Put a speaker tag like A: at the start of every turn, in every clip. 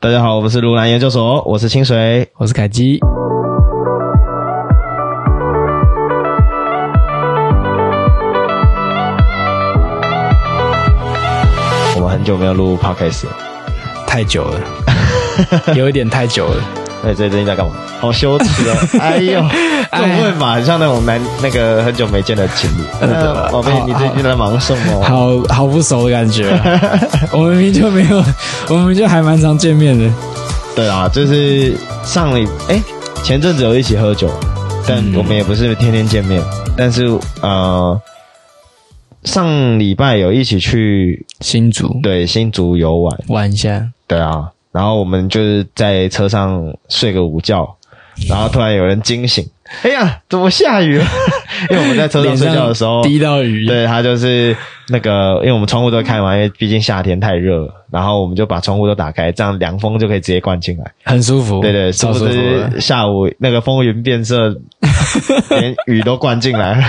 A: 大家好，我们是卢兰研究所，我是清水。
B: 我是凯基。
A: 我们很久没有录 podcast，了
B: 太久 了，有一点太久了。
A: 那你最近在干嘛？好羞耻 哦！哎呦，这种问法很像那种男那个很久没见的情侣。呃宝贝，
B: 好
A: 你最近在忙什么？
B: 好好不熟的感觉啊， 我们明明就没有，我们明明就还蛮常见面的。
A: 对啊，就是上礼哎、前阵子有一起喝酒，但我们也不是天天见面，但是呃。上礼拜有一起去
B: 新竹
A: 对新竹游玩，
B: 玩一下，
A: 对啊，然后我们就是在车上睡个午觉，然后突然有人惊醒，哎呀，怎么下雨了？ 因为我们在车上
B: 脸
A: 睡觉的时候，
B: 滴到雨，
A: 对他就是那个，因为我们窗户都开嘛，因为毕竟夏天太热了，然后我们就把窗户都打开，这样凉风就可以直接灌进来。
B: 很舒服。
A: 对对，是
B: 超
A: 不
B: 舒服啊的。
A: 是下午那个风云变色，连雨都灌进来了？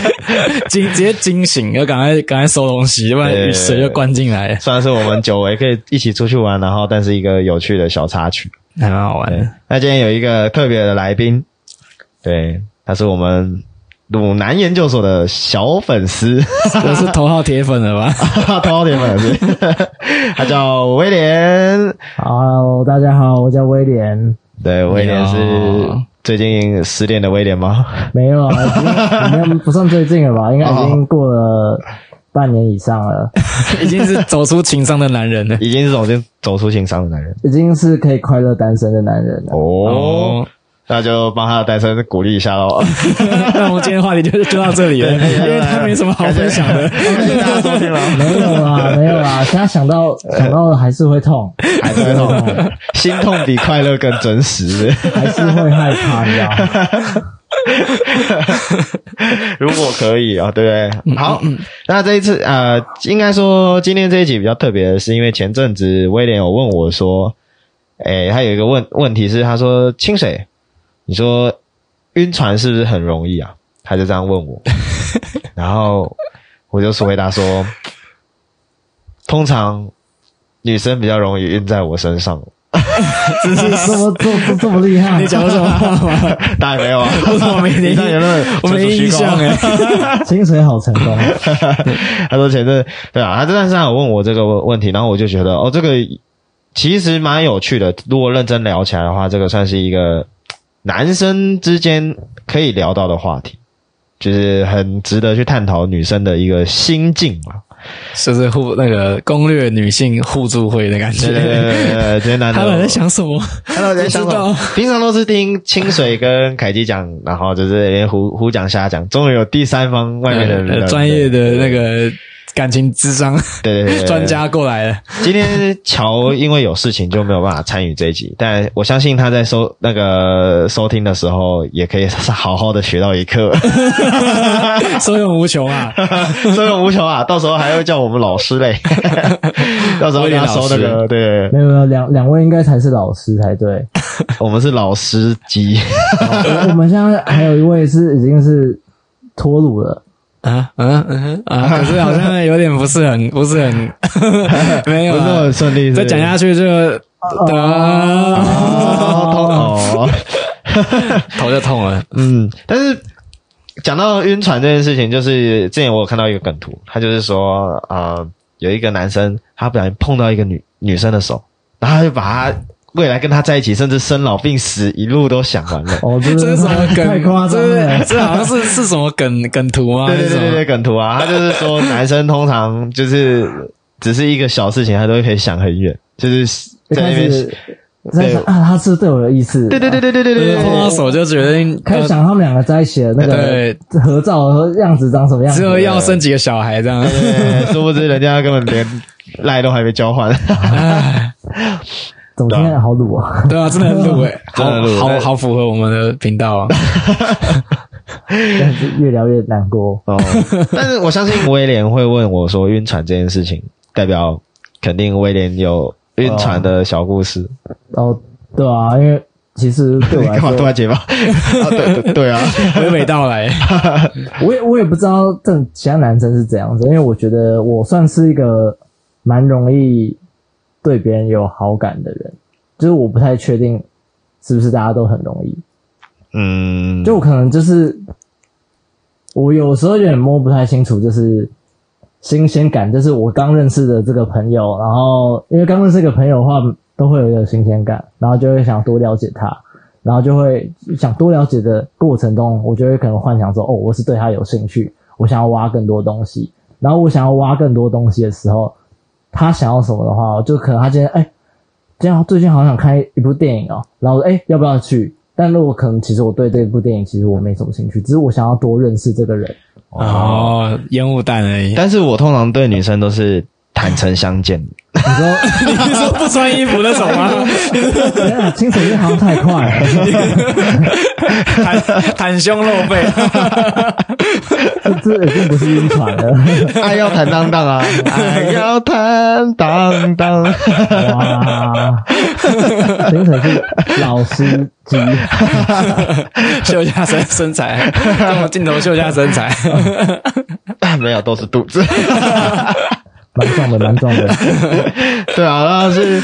B: 惊直接惊醒，要赶快赶快收东西，要不然
A: 对
B: 雨水就灌进来了，
A: 算是我们久违可以一起出去玩，然后但是一个有趣的小插曲。
B: 还蛮好玩
A: 对
B: 的。，
A: 那今天有一个特别的来宾，对，他是我们鲁南研究所的小粉丝，
B: 我是头号铁粉了吧？
A: 超铁粉丝， 他叫威廉，
C: Hello，大家 好，我叫威廉。
A: 对，威廉是
B: 哟
A: 最近失恋的威廉吗？
C: 没 有啊，已经没有不算最近了吧？应该已经过了半年以上了，
B: 已经是走出情商的男人了。
A: 已经是走进走出情伤的男人
C: 已经是可以快乐单身的男人了。
A: 哦，，那就帮他的单身鼓励一下喽。
B: 那我们今天话题就就到这里了，因为他没什么好分享的。
A: 感 谢大家收 听了，
C: 没有啊，没有啊，现在想到想到还是会痛，
B: 哎
A: 还是会痛，心痛比快乐更真实。
C: 还是会害怕，你知道吗？
A: 如果可以啊，对不
B: 嗯
A: 对？好，那这一次呃，应该说今天这一集比较特别的是，因为前阵子威廉有问我说，诶、他有一个问问题是，他说清水，你说晕船是不是很容易啊？他就这样问 我，然后我就回答说，通常女生比较容易晕在我身 上，
C: 这是这么这这这么厉害
B: 你，讲过什么 话 吗？
A: 当然没有 啊，
B: 我怎么没
A: 以上言论
B: 我没
A: 纯属虚
B: 印
A: 构
B: 象哎。
C: 清水好成功，
A: 他说前阵对啊，他但是他有问我这个问题，然后我就觉得哦，这个其实蛮有趣的。如果认真聊起来的话，这个算是一个男生之间可以聊到的话题，就是很值得去探讨女生的一个心境嘛。
B: 就是互那个攻略女性互助会的感
A: 对对对
B: 觉。
A: 对对，直接男
B: 他
A: 的
B: 们在想什么？
A: 他到底在想什么
B: 不知？
A: 平常都是听清水跟凯基讲，然后就是连胡胡讲瞎讲，终于有第三方外面的人
B: 呃专业的那个感情智商
A: 对对对对对
B: 专家过 来了。
A: 今天乔因为有事情就没有办法参与这一集，但我相信他在收那个收听的时候，也可以好好的学到一课，
B: 收用无穷啊！
A: 所以无穷啊！到时候还会叫我们老师 嘞，到时候给他收那个，对
C: 没有没有，两两位应该才是老师 才对。
A: 我们是老师级，
C: 我我们现在还有一位是已经是脱乳了，。
B: 啊嗯嗯啊！可是好像有点不是很不是很没
A: 不 是
B: 有啊。
A: 很顺利。
B: 再讲
A: 下
B: 下去就
A: 哦，
B: 啊，
A: 痛哦，
B: 头就痛 了。
A: 嗯，但是。讲到晕船这件事情，就是之前我有看到一个梗图，他就是说，呃，有一个男生他不小心碰到一个女女生的手，然后他就把他未来跟他在一起，甚至生老病死一路都想完了
C: 哦，这
B: 这是什么梗？
C: 太夸张了
B: 这。是这好像是是什么梗梗图吗？
A: 对对对对对，梗图啊，他就是说男生通常就是只是一个小事情，他都可以想很远，就是
C: 一
A: 在
C: 开
A: 那边。
C: 始在想啊，他是不是对我有意思，
A: 对对对对对对
B: 还是
A: 对
B: 什么，
A: 对，
B: 就是碰到手就决定呃
C: 开始想他们两个在一起的那个
B: 对，
C: 合照和样子长什么样子
B: 之，后要生几个小孩这样。
A: 对殊不知人家根本连赖都还没交换。
B: 唉，
C: 怎么现在好鲁啊？
B: 对啊，真的很土哎，
A: 真的很土
B: 好好
A: 但
B: 好符合我们的频道啊。
C: 但是 越聊越难过。
A: 哦，但是我相信威廉会问我说晕船这件事情，代表肯定威廉有晕船的小故事。
C: 哦，对啊，因为其实对
A: 你
C: 我来
A: 干 嘛突
C: 说，
A: 然结巴？啊，对对对啊，
B: 娓娓道来，
C: 我也我也不知道这种其他男生是怎样子，因为我觉得我算是一个蛮容易对别人有好感的人，就是我不太确定是不是大家都很容易，
A: 嗯，
C: 就我可能就是我有时候有点摸不太清楚，就是新鲜感，就是我刚认识的这个朋友，然后因为刚认识一个朋友的话，都会有一个新鲜感，然后就会想多了解他，然后就会想多了解的过程中，我就会可能幻想说，哦，我是对他有兴趣，我想要挖更多东西，然后我想要挖更多东西的时候，他想要什么的话，就可能他今天哎。今天最近好想看一部电影哦，然后哎、诶要不要去？但如果可能，其实我对这部电影其实我没什么兴趣，只是我想要多认识这个人。
B: 哦，烟雾弹而 已。
A: 但是我通常对女生都是坦诚相见，
C: 你说
B: 你是说不穿衣服那种吗？
C: 天啊，清水月好像太快了，
B: 袒袒胸露背，
C: 这这已经不是晕船了。
A: 爱要坦荡荡啊，爱要坦荡荡，
C: 哇， 清水是老司机，
B: 秀一下身身材，从镜头秀一下身材。
A: 没有都是肚子。
C: 蛮壮的，蛮壮的。
A: 对啊，然后是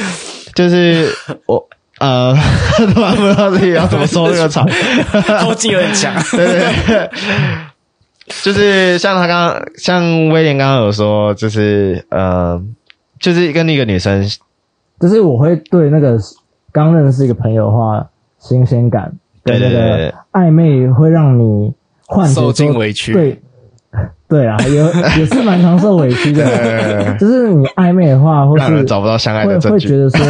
A: 就是我呃， 突然不知道自己要怎么收这个 场。
B: 后劲有点强。
A: 对对对， 就是像他刚刚，像威廉刚刚有说，就是呃，就是跟那个女生，
C: 就是我会对那个刚认识一个朋友的话，新鲜感跟那
A: 对对
C: 个
A: 对
C: 暧昧会让你幻觉
B: 受尽
C: 说
B: 委屈
C: 对， 对啊，也 也是蛮常受委屈的。 就是你暧昧的话，或
A: 让人
C: 是
A: 找不到相爱
C: 会
A: 的证
C: 会觉
A: 据。
C: 得说，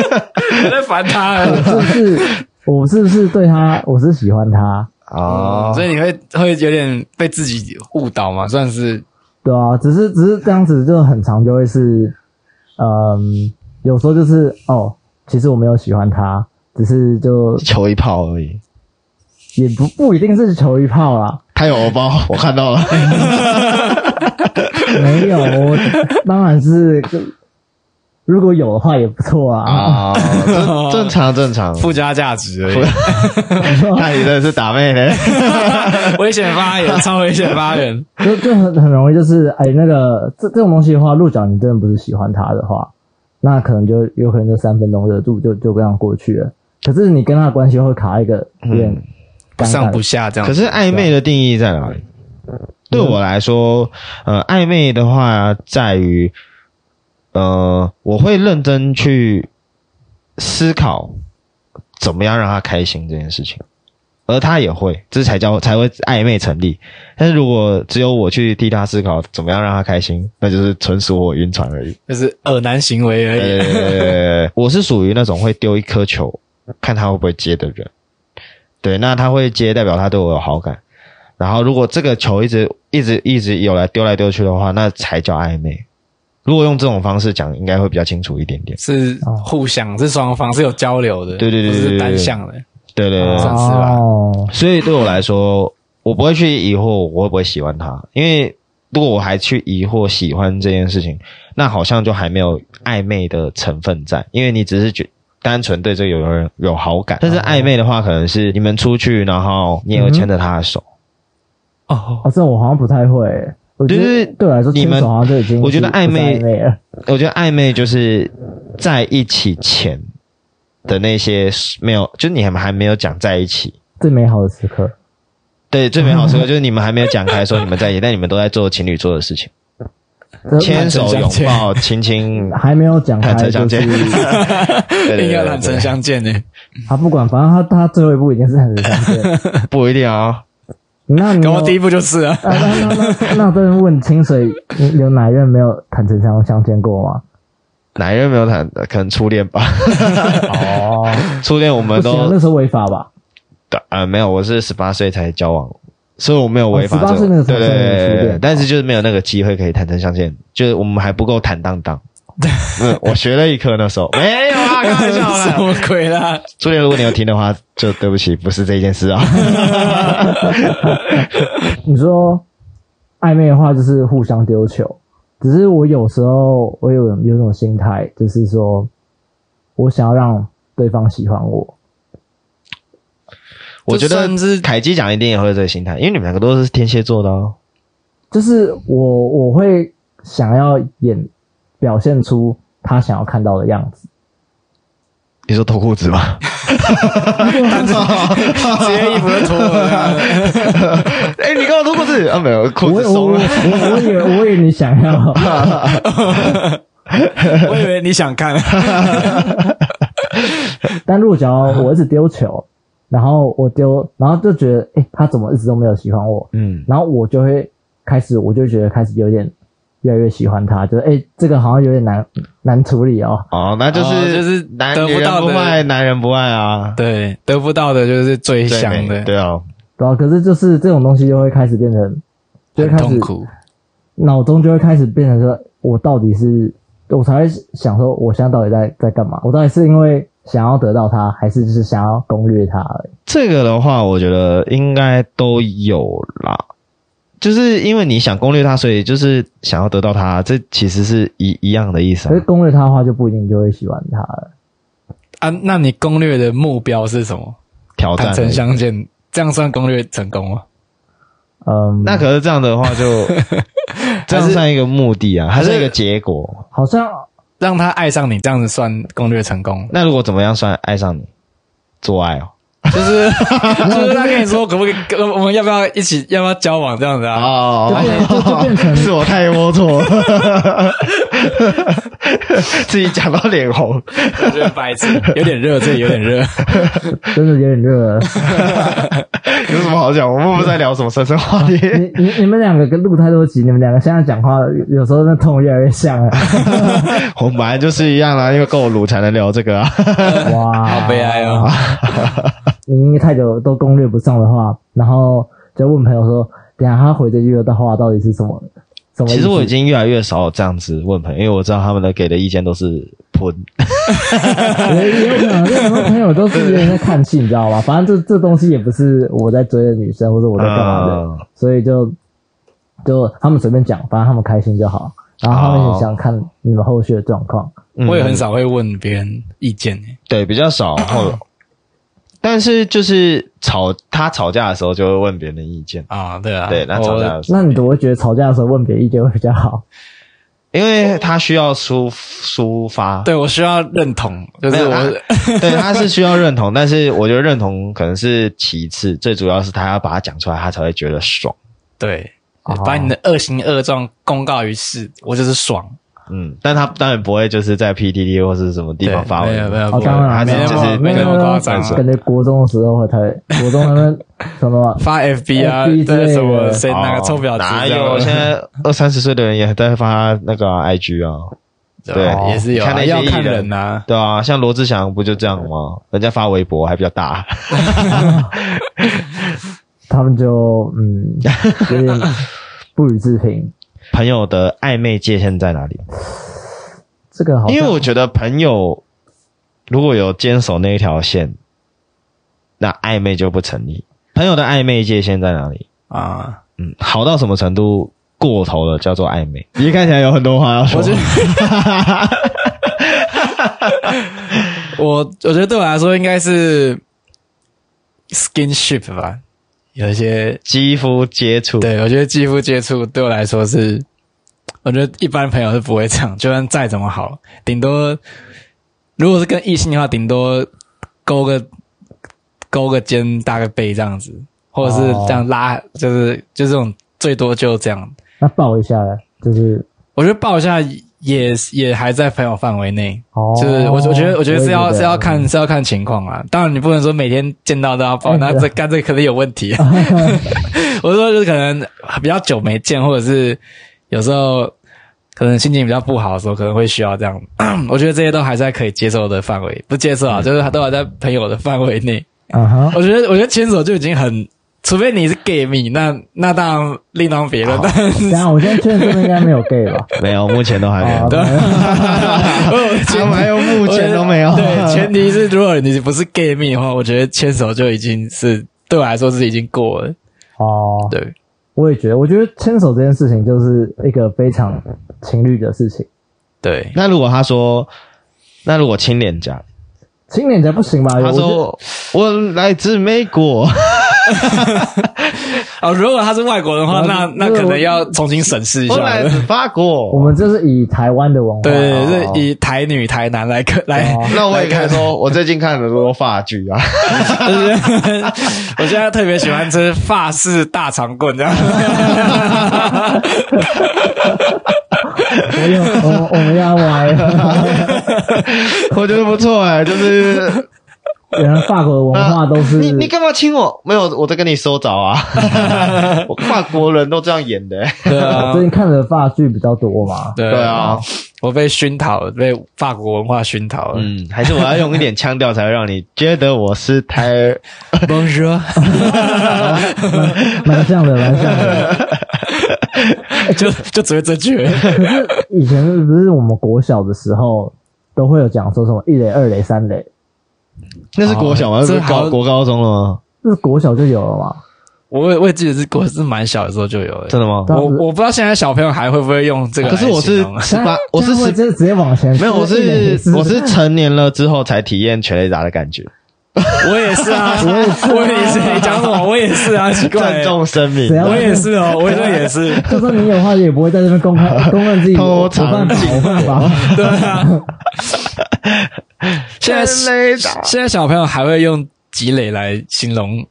B: 我在烦他
C: 我是不是我是不是对他，我是喜欢他，
A: 哦，
B: 所以嗯你会会有点被自己误导嘛，算是
C: 对啊，只是只是这样子就很常就会是，嗯，有时候就是哦，其实我没有喜欢他，只是就
A: 求一炮而已。
C: 也不不一定是求一炮啦。
A: 他有欧包，我看到了。
C: 没有，我当然是，如果有的话也不错啊。
A: 啊，正正常正常。
B: 附加价值而已。
A: 那你真的是打妹呢？
B: 危险发言，超危险发言。
C: 就就很很容易就是哎、那个这这种东西的话，落脚你真的不是喜欢他的话，那可能就有可能就三分钟热度就就这样过去了。可是你跟他的关系会卡一个有点
B: 不
C: 尴
B: 上
C: 尬的
B: 不下这样
A: 可。是暧昧的定义在哪里？对我来说，呃，暧昧的话在于，呃，我会认真去思考怎么样让他开心这件事情，而他也会，这才叫才会暧昧成立。但是如果只有我去替他思考怎么样让他开心，那就是纯属我晕船而已。
B: 就是恶男行为而 已。
A: 呃，我是属于那种会丢一颗球，看他会不会接的人。对，那他会接，代表他对我有好感。然后，如果这个球一直一直一直有来丢来丢去的话，那才叫暧昧。如果用这种方式讲，应该会比较清楚一点点。
B: 是互相，是双方，是有交流的，
A: 对对对
B: 不
A: 对
B: 是
A: 对
B: 单向的。
A: 对对对，
B: 上次吧
C: 哦，
A: 所以对我来说，我不会去疑惑我会不会喜欢他，因为如果我还去疑惑喜欢这件事情，那好像就还没有暧昧的成分在，因为你只是觉。单纯对这个有人有好感，但是暧昧的话，可能是你们出去，然后你也会牵着他的手。
B: 哦，
C: 哦，这我好像不太会、我觉
A: 就是
C: 得对我来说，
A: 你
C: 牵
A: 们
C: 手好像就已经
A: 我觉得
C: 是不是
A: 暧昧
C: 暧昧了。
A: 我觉得暧昧就是在一起前的那些没有，就是你们还没有讲在一起，
C: 最美好的时刻，
A: 对，最美好 时刻就是你们还没有讲开说你们在一起，但你们都在做情侣做的事情，
C: 这
A: 牵手、
B: 坦
A: 拥
B: 诚相见
A: 抱、 亲亲，
C: 还没有讲开，
A: 坦诚相
C: 就
A: 见
C: 是
A: 对对
B: 应该
A: 对
B: 坦诚
A: 对，
B: 相见呢。
C: 他不管，反正他他最后一步已经是很相见。
A: 不一定啊。
C: 那你
B: 跟我
C: 有
B: 第一步就是啊，
C: 啊 那那那那我真的问清水，你有哪一任没有坦诚相相见过吗？
A: 哪一任没有谈？可能初恋吧。
C: 哦，
A: 初恋我
C: 不
A: 们
C: 行啊，
A: 都
C: 那时候违法吧？
A: 呃没有，我是十八岁才交往，所以我没有违法
C: 哦
A: 这
C: 18岁
A: 种。
C: 那个才
A: 对对
C: 算你
A: 对
C: 初
A: 对
C: 恋哦
A: 对，但是就是没有那个机会可以坦诚相见，就是我们还不够坦荡荡。 嗯，我学了一课那时候没有 啊，开玩笑
B: 什
A: 啦。
B: 么鬼 啦？
A: 初恋，如果你有听的话，就对不起，不是这件事 啊。
C: 你说暧昧的话，就是互相丢球。只是我有时候我有有种心态，就是说我想要让对方喜欢我，
A: 我觉得
B: 算是
A: 凯基讲一定也会有这个心态，因为你们两个都是天蝎座的哦。
C: 就是我我会想要演表现出他想要看到的样子。
A: 你说脱裤子 吗？
B: 直接衣服就脱了。
A: 哎、你跟我脱裤子啊？没有，
C: 我
A: 裤子
C: 我
A: 松
C: 我
A: 了。
C: 我我以为我以为你想要，
B: 我以为你想看，
C: 但落脚我一直 丢球，然后我丢，然后就觉得，哎、他怎么一直都没有喜欢我？
A: 嗯，
C: 然后我就会开始，我就觉得开始有点越来越喜欢他，就是哎、诶这个好像有点难难处理哦。
A: 哦，那就是、
B: 哦就是
A: 男
B: 得不
A: 女人
B: 到的
A: 不爱，男人不爱啊。
B: 对，得不到的就是最
A: 对
B: 想
A: 没
B: 的，
A: 对啊，
C: 然后可是就是这种东西就会开始变成，就会
B: 很
C: 开
B: 痛
C: 始
B: 苦。
C: 脑中就会开始变成说，我到底是我才会想说，我现在到底在在干嘛？我到底是因为想要得到他，还是就是想要攻略他而已？
A: 这个的话，我觉得应该都有啦。就是因为你想攻略他，所以就是想要得到他，这其实是一一样的意思、啊
C: 可是。
B: 嗯
C: 攻略他的话，就不一定就会喜欢他了。
B: 啊，那你攻略的目标是什么？
A: 挑战
B: 坦诚相见，这样算攻略成功吗？
C: 嗯，
A: 那可是这样的话 就，这样算一个目的啊，还是一个结果？？
C: 好像
B: 让他爱上你，这样子算攻略成功
A: 那如果怎么样算爱上你？做爱哦。
B: 就是就是他跟你说，可不可以，可我们要不要一起，要不要交往这样子啊？
A: 哦
C: 就变就就变成
A: 是我太龌龊 了，自己讲到脸红。
B: 我觉得白痴， 有点热，这里有 点热。
C: 真的有点热了。
A: 有什么好讲？我们不是在聊什么深深话题？
C: 你你你们两个跟录太多集，你们两个现在讲话有有时候那痛越来越像了。
A: 我们本来就是一样啦、啊因为够卤才能聊这 个啊。
C: 哇，
B: 好悲哀哦！
C: 你因为太久都攻略不上的话，然后就问朋友说，等一下他回这句的话到底是什么？什么意思？
A: 其实我已经越来越少这样子问朋友，因为我知道他们的给的意见都是喷。
C: 也也有可能，因为很多朋友都是有点在看戏，你知道吗？反正这这东西也不是我在追的女生，或者我在干嘛的，
A: 嗯
C: 所以就就他们随便讲，反正他们开心就好。然后他们也想看你们后续的状况。
A: 嗯
B: 我也很少会问别人意见欸耶，
A: 对，比较少。后， 但是就是吵他吵架的时候就会问别人的意见。
B: 啊，对啊，
A: 哦对，他吵架
B: 我
A: 的时候
C: 那，你怎么会觉得吵架的时候问别人意见会比较好？
A: 因为他需要抒抒发，
B: 对我需要认同，就
A: 没
B: 是
A: 有啊
B: 我
A: 对，他是需要认同，但是我觉得认同可能是其次，最主要是他要把它讲出来，他才会觉得爽。
B: 对
C: 哦，
B: 把你的恶行恶状公告于世，我就是爽。
A: 嗯，但他当然不会就是在 PDD 或是什么地
B: 对
A: 方发
B: 没有没
A: 文，
B: 有，
C: 哦，
B: 不
C: 当
B: 会
C: 然
A: 还
C: 没
A: 是
C: 有
A: 就是
C: 没有
B: 没那么
C: 没有
B: 夸张啊
C: 感觉国中的时候会才国中他们 什么
B: 发 FB 啊，
C: FB
B: 对什么
C: 之
B: 谁
A: 哦
B: 哪个臭婊子
A: 哪
B: 这样
A: 有？现在二三十岁的人也在发那个啊 IG 啊，对
B: 哦也是有啊，
A: 看那些
B: 要看
A: 艺人
B: 人呐。
A: 对啊，像罗志祥不就这样吗？人家发微博还比较大，
C: 他们就嗯有点不予置评。
A: 朋友的暧昧界限在哪里？
C: 这个好像，
A: 因为我觉得朋友如果有坚守那一条线，那暧昧就不成立。朋友的暧昧界限在哪里？
B: 啊，
A: 嗯，好到什么程度过头了叫做暧昧？ 你看起来有很多话要说
B: 我觉得， 我我觉得对我来说应该是 skinship 吧，有一些
A: 肌肤接触，
B: 对我觉得肌肤接触对我来说是，我觉得一般朋友是不会这样，就算再怎么好，顶多如果是跟异性的话，顶多勾个勾个肩搭个背这样子，或者是这样拉，就是就这种最多就这样。
C: 那抱一下呢，就是
B: 我觉得抱一下也也还在朋友范围内，
C: 哦，
B: 就是我我觉得我觉得是要
C: 也啊
B: 是要看是要看情况啊，当然你不能说每天见到都要抱，
C: 哎
B: 那
C: 对
B: 这干这可能有问题。 我是说就是可能比较久没见，或者是有时候可能心情比较不好的时候，可能会需要这样。 我觉得这些都还在可以接受的范围，不接受啊，就是都还在朋友的范围内。
C: 嗯哼，
B: 我觉得我觉得牵手就已经很，除非你是 gay 蜜，那那当然另当别论。但是
C: 等一下我现在确认这边应该没有 gay 吧？
A: 没有，目前都还没有
C: 哦，
B: 对，
A: 他们哦还有目前都没有，
B: 我觉得对，前提是如果你不是 gay 蜜的话，我觉得牵手就已经是对我来说是已经过了。
C: 哦，
B: 对，
C: 我也觉得，我觉得牵手这件事情就是一个非常情侣的事情，
B: 对，
A: 那如果他说，那如果亲脸颊，哎
C: 亲脸颊不行吧？
A: 他
C: 我觉得
A: 说我来自美国，
B: 哦，如果他是外国人的话，
C: 我
B: 那那可能要重新审视一下
A: 我来
B: 了。
A: 自法
C: 我
A: 国，
C: 们就是以台湾的文化，
B: 对，是以台女、台男来看来，
C: 哦
A: 那我也可以说，我最近看了很多法剧啊，
B: 就是我现在特别喜欢吃法式大肠棍，这样。
C: 我有我我们要歪了，
A: 我觉得不错 哎、就是
C: 原来法国的文化都是
A: 啊你你干嘛亲我？没有，我在跟你收着啊， 我法国人都这样演的、欸，
B: 对啊
C: 我最，近看的法剧比较多 嘛，
B: 对
A: 对啊，，
B: 我被熏陶了，被法国文化熏陶了。
A: 嗯，还是我要用一点腔调才会让你觉得我是台
B: Bonjour，
C: 蛮像的，蛮像的。
B: 就就只会这句而已。
C: 以前是不是我们国小的时候都会有讲说什么一垒、二垒、三垒，
A: 那是国小吗？
B: 哦
A: 那不是
B: 这好
A: 高国高中了吗？
C: 这是国小就有了嘛？
B: 我也我也记得是我是蛮小的时候就有了。
A: 真的吗？
C: 对啊
B: 我我不知道现在小朋友还会不会用这个来
A: 可是
B: 形容
A: 我
B: 啊。
A: 是 十八，我是
C: 这样会
A: 十，
C: 直直接往前，
A: 没有，我
C: 就一垒
A: 是
C: 是
A: 我是成年了之后才体验全垒打的感觉。
B: 我也是啊， 我也是，我也是。
C: 啊
B: 你讲什么？我也是啊，奇怪
A: 郑，重声明
C: 怎，样
B: 我也是哦，我这也是，
C: 就算你有话，也不会在这边公开公认自 己
A: 偷
C: 有
A: 藏
C: 犯法，有犯法。
B: 对啊。 现在
A: 全垒打
B: 现在小朋友还会用积累来形容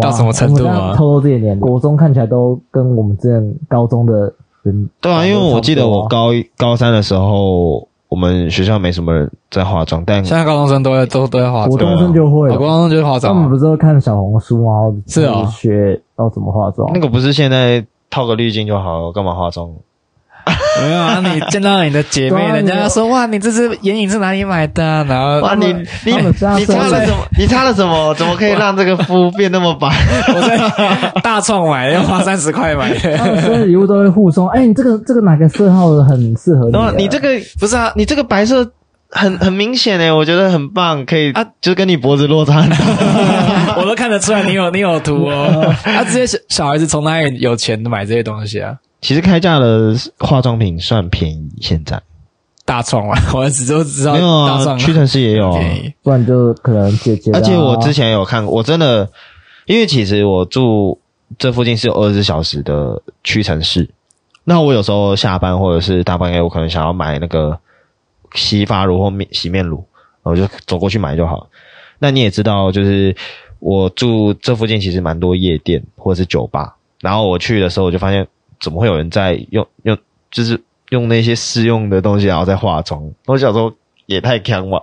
B: 到什么程度啊
C: 哇我们这
B: 吗
C: 样？透露自己的年龄，国中看起来都跟我们之前高中的人
A: 对啊，因为我记得我高一高三的时候，我们学校没什么人在化妆，但
B: 现在高中生都会都都会化
C: 国
B: 妆，
C: 中生就会
B: 哦国
C: 了。
B: 中生就是化
C: 他
B: 妆
C: 们
B: 啊
C: 不，是都看小红书吗？然后
B: 是哦
C: 就是学要怎么化妆
A: 那。个不是现在套个滤镜就好了，干嘛化妆？
B: 没有啊？你见到你的姐妹，
C: 对啊
B: 人
C: 你
B: 家
C: 有
B: 说哇，你这支眼影是哪里买的啊？然后
A: 哇，你你
C: 他们这样
A: 你擦了什么？你擦了什么？怎么可以让这个肤变那么 白？
C: 啊
B: 我在 大创买，要花三十块买的。
C: 他 们生日礼物都会互送，哎、你这个这个哪个色号的很适合你
A: 然后
C: 啊？
A: 你这个
B: 不是啊，
A: 你这个白色很很明显欸诶，我觉得很棒，可以
B: 啊
A: 啊，就是跟你脖子落差很大。
B: 我都看得出来你有你有图哦。啊，这些小小孩子从哪里有钱买这些东西啊？
A: 其实开价的化妆品算便宜，现在
B: 大创啊，我只都知道
A: 没有
B: 大
A: 啊，
B: 创
A: 屈臣氏也有啊。
B: 便宜。
C: 不然就可能姐姐、啊。
A: 而且我之前有看过，我真的，因为其实我住这附近是有二十小时的屈臣氏，那我有时候下班或者是大半夜，我可能想要买那个洗发乳或面洗面乳，我就走过去买就好了。那你也知道，就是我住这附近其实蛮多夜店或者是酒吧，然后我去的时候我就发现，怎么会有人在用用就是用那些试用的东西，然后在化妆？我想说也太坑了。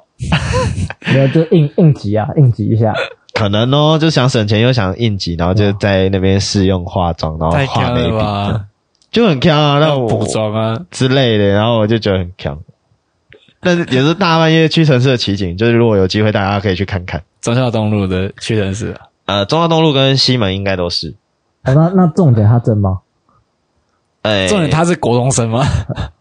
C: 没有就应应急啊，应急一下。
A: 可能哦，就想省钱又想应急，然后就在那边试用化妆，然后
B: 太
A: 画
B: 强
A: 眉
B: 了
A: 笔，
B: 吧！
A: 就很强啊。那
B: 要
A: 我
B: 补妆啊，
A: 之类的，然后我就觉得很强。但是也是大半夜屈臣氏的奇景，就是如果有机会，大家可以去看看。
B: 忠孝东路的屈臣氏啊，
A: 呃，中华东路跟西门应该都是。
C: 哦、那那重点他真吗？
A: 哎、
B: 重点他是国中生吗？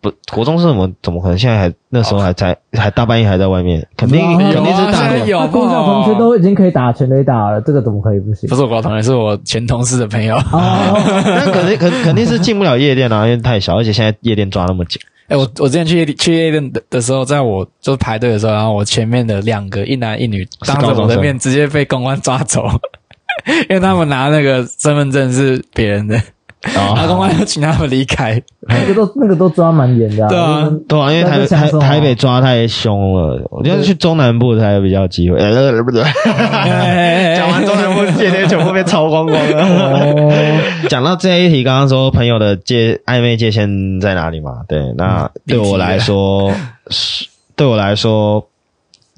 A: 不，国中是怎么怎么可能现在还那
B: 哦
A: 时候还在、还大半夜还在外面，肯定、
C: 有啊
A: 肯定是
B: 现
A: 大
B: 在
A: 陆
B: 有
C: 他
B: 不
C: 国小同学都已经可以打全垒打了，这个怎么可以不行
B: 不？是我同学，是我前同事的朋友。
C: 哦，
A: 那肯定肯肯定是进不了夜店啊，因为太小，而且现在夜店抓那么紧。
B: 哎、我我之前去夜店去夜店的的时候，在我就是排队的时候，然后我前面的两个一男一女当着
A: 高中
B: 我的
A: 生
B: 面直接被公安抓走， 因为他们拿那个身份证是别人的，然后
A: 啊，
B: 公安就请他们离开。
C: 那个都那个都抓蛮严的、
B: 对啊
C: 就是
A: 对啊，因为台
C: 那就享
A: 台
C: 受啊
A: 台北抓太凶了，我觉得去中南部才有比较有机会。呃，不对，
B: 哎
A: 讲完中南部界天全部被抄光光 了。
C: 哦，
A: 讲到这一题，刚刚说朋友的界暧昧界限在哪里嘛？对，那嗯对我来说，是 对我来说，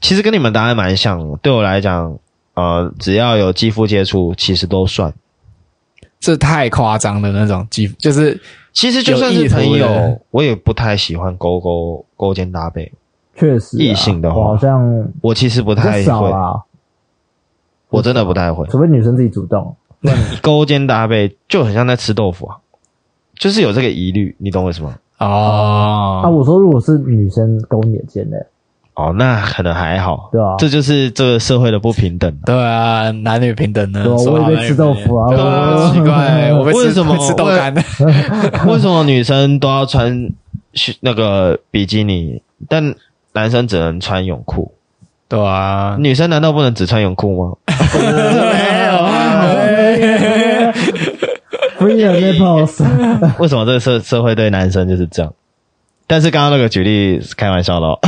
A: 其实跟你们答案蛮像的。对我来讲，呃，只要有肌肤接触，其实都算。
B: 这太夸张的那种肌肤，就是
A: 其实就算
B: 有
A: 是
B: 意图的
A: 朋友，我也不太喜欢勾勾勾肩搭背。
C: 确实、啊，
A: 异性的话
C: 我好像
A: 我其实不
C: 比较
A: 太
C: 少
A: 会，
C: 啦，
A: 我真的不太会。
C: 除非女生自己主动。
A: 勾肩搭背就很像在吃豆腐啊，就是有这个疑虑，你懂我意思吗？
B: 哦，
C: 啊，我说如果是女生勾你的肩呢，
A: 哦，那可能还好，
C: 对啊
A: 这就是这个社会的不平等。
B: 对啊，男女平等呢。
C: 对啊
B: 说好
C: 我也被
B: 男女
C: 吃豆腐啊
B: 平等
C: 我
B: 对啊奇怪， 我被吃
A: 为什么
B: 被吃豆干的？
A: 为什么女生都要穿西那个比基尼，但男生只能穿泳裤？
B: 对啊，
A: 女生难道不能只穿泳裤吗？ 没有啊，
C: Free your nipples，
A: 为什么这个社社会对男生就是这样？但是刚刚那个举例是开玩笑的哦。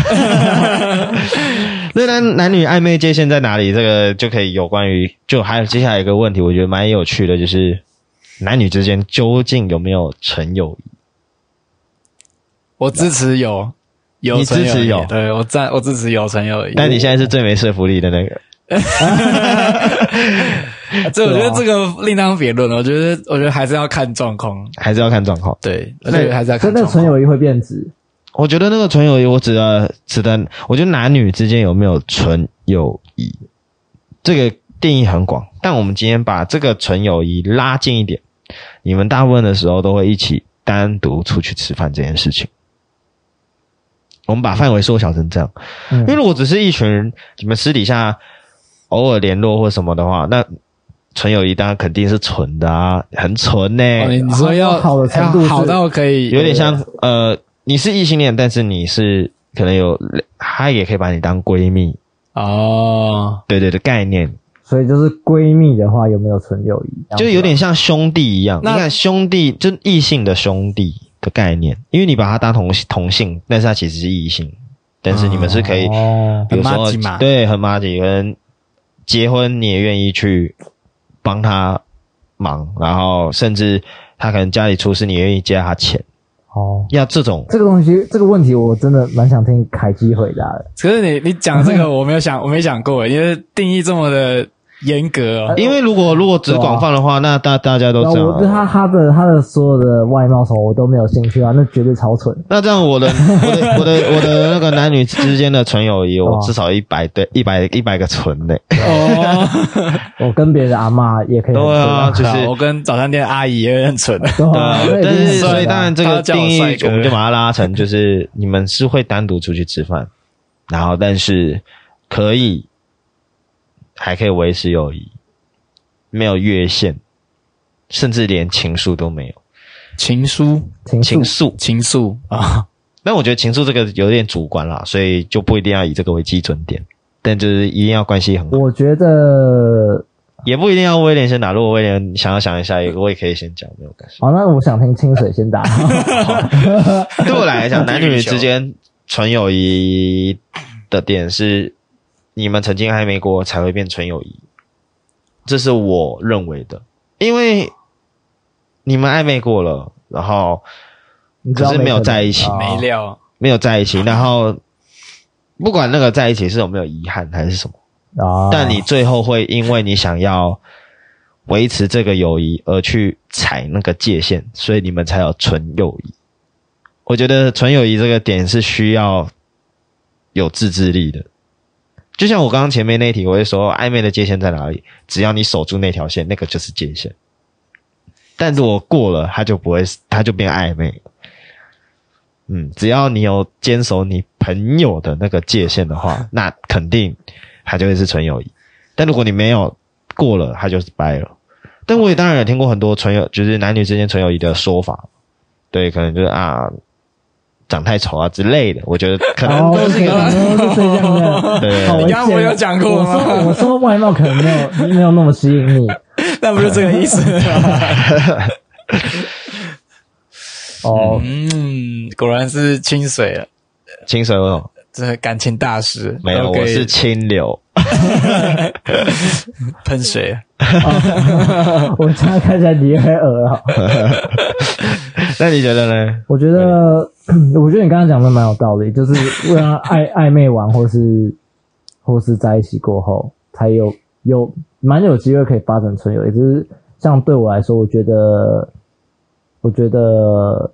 A: 那男男女暧昧界限在哪里？这个就可以有关于，就还有接下来一个问题，我觉得蛮有趣的，就是男女之间究竟有没有纯友谊？
B: 我支持有，有
A: 你
B: 纯
A: 支持
B: 友谊
A: 有
B: 对我赞，我支持有纯友谊。
A: 但你现在是最没说服力的那个，
B: 这我觉
C: 啊
B: 得这个另当别论。我觉得，我觉得还是要看状况。
A: 还是要看状况。
B: 对，我觉得还是要看
C: 真
B: 状
C: 的
B: 况
C: 纯。友谊会变质。
A: 我觉得那个纯友谊，我指的指的，我觉得男女之间有没有纯友谊，这个定义很广。但我们今天把这个纯友谊拉近一点，你们大部分的时候都会一起单独出去吃饭这件事情。我们把范围缩小成这样，
C: 嗯
A: 因为如果只是一群人，你们私底下偶尔联络或什么的话，那纯友谊当然肯定是纯的啊，很纯呢、
B: 哦你你说要
C: 好好的程度
B: 要
C: 是
B: 好到可以
A: 有点像呃，你是异性恋，但是你是可能有，她也可以把你当闺蜜，
B: 哦，
A: 对对的概念，
C: 所以就是闺蜜的话有没有纯友谊，
A: 就有点像兄弟一样。你
B: 那
A: 看兄弟，就异性的兄弟的概念，因为你把他当同同性，但是他其实是异性，但是你们是可以，
C: 哦，
A: 比如
B: 很麻
A: 说
B: 吉嘛
A: 对，很妈吉，可能结婚你也愿意去帮他忙，然后甚至他可能家里出事，你也愿意借他钱，
C: 哦，
A: 要这种
C: 这个东西这个问题我真的蛮想听凯基回答的。
B: 可是你你讲这个，我没有想，我没想过，因为定义这么的严格哦。
A: 因为如果如果只广泛的话，那大大家都
C: 然
A: 这样
C: 后我对
A: 啊。
C: 他他的他的所有的外貌什么我都没有兴趣啊，那绝对超蠢。
A: 那这样我的我的我的我的那个男女之间的纯友谊，我
C: 哦
A: 至少一百对一百一百个纯嘞。
B: 哦，
C: 我跟别人的阿嬷也可以很
A: 对
C: 蠢
A: 啊，，就是
B: 好我跟早餐店阿姨也很蠢。
C: 对
A: 对啊
C: 啊，那已经
A: 但是
C: 很蠢
A: 所以
C: 了
A: 当然这个
B: 他叫我
A: 定义
B: 帅哥
A: 我们就把它拉成就是你们是会单独出去吃饭，然后但是可以还可以维持友谊，没有越线，甚至连情愫都没有。
B: 情书，
C: 情
A: 情
C: 愫
A: 愫，
B: 情愫啊，
A: 但我觉得情愫这个有点主观啦，所以就不一定要以这个为基准点，但就是一定要关系很好，
C: 我觉得
A: 也不一定要威廉先打。如果威廉想要想一下，也我也可以先讲，没有关系。
C: 好，哦那我想听清水先打。
A: 对我来 讲，男女之间纯友谊的点是，你们曾经暧昧过才会变纯友谊，这是我认为的，因为你们暧昧过了，然后
C: 你知道
A: 可是没有
C: 可能
A: 在一起
C: 哦
B: 没料。
A: 没有在一起，然后不管那个在一起是有没有遗憾还是什么。
C: 啊，
A: 但你最后会因为你想要维持这个友谊而去踩那个界限，所以你们才有纯友谊。我觉得纯友谊这个点是需要有自制力的。就像我刚刚前面那一题，我会说暧昧的界限在哪里？只要你守住那条线，那个就是界限。但如果过了，它就不会，它就变暧昧了。嗯，只要你有坚守你朋友的那个界限的话，那肯定它就会是纯友谊。但如果你没有过了，它就是掰了。但我也当然有听过很多纯友，就是男女之间纯友谊的说法，对，可能就是啊，长太丑啊之类的。我觉得可能
C: 哦，
A: 都
C: 可
A: 是一
C: 能
A: 个
C: 就是这样的。
A: 对
C: 好危
B: 你
C: 险
B: 刚刚不是有讲过
C: 我
B: 吗
C: 说我说外貌可能没有没有那么吸引你
B: 那不是这个意思。
C: 哦，
B: 嗯，果然是清水了，
A: 清水我有
B: 这感情大师。
A: 没有，
B: 都可以
A: 我是清流。
B: 喷水。
C: 我这样看起来你很恶啊。
A: 那你觉得呢？
C: 我觉得， 我觉得你刚刚讲的蛮有道理，就是为了暧暧昧完，或是或是在一起过后，才有有蛮有机会可以发展纯友谊。只是像对我来说，我觉得，我觉得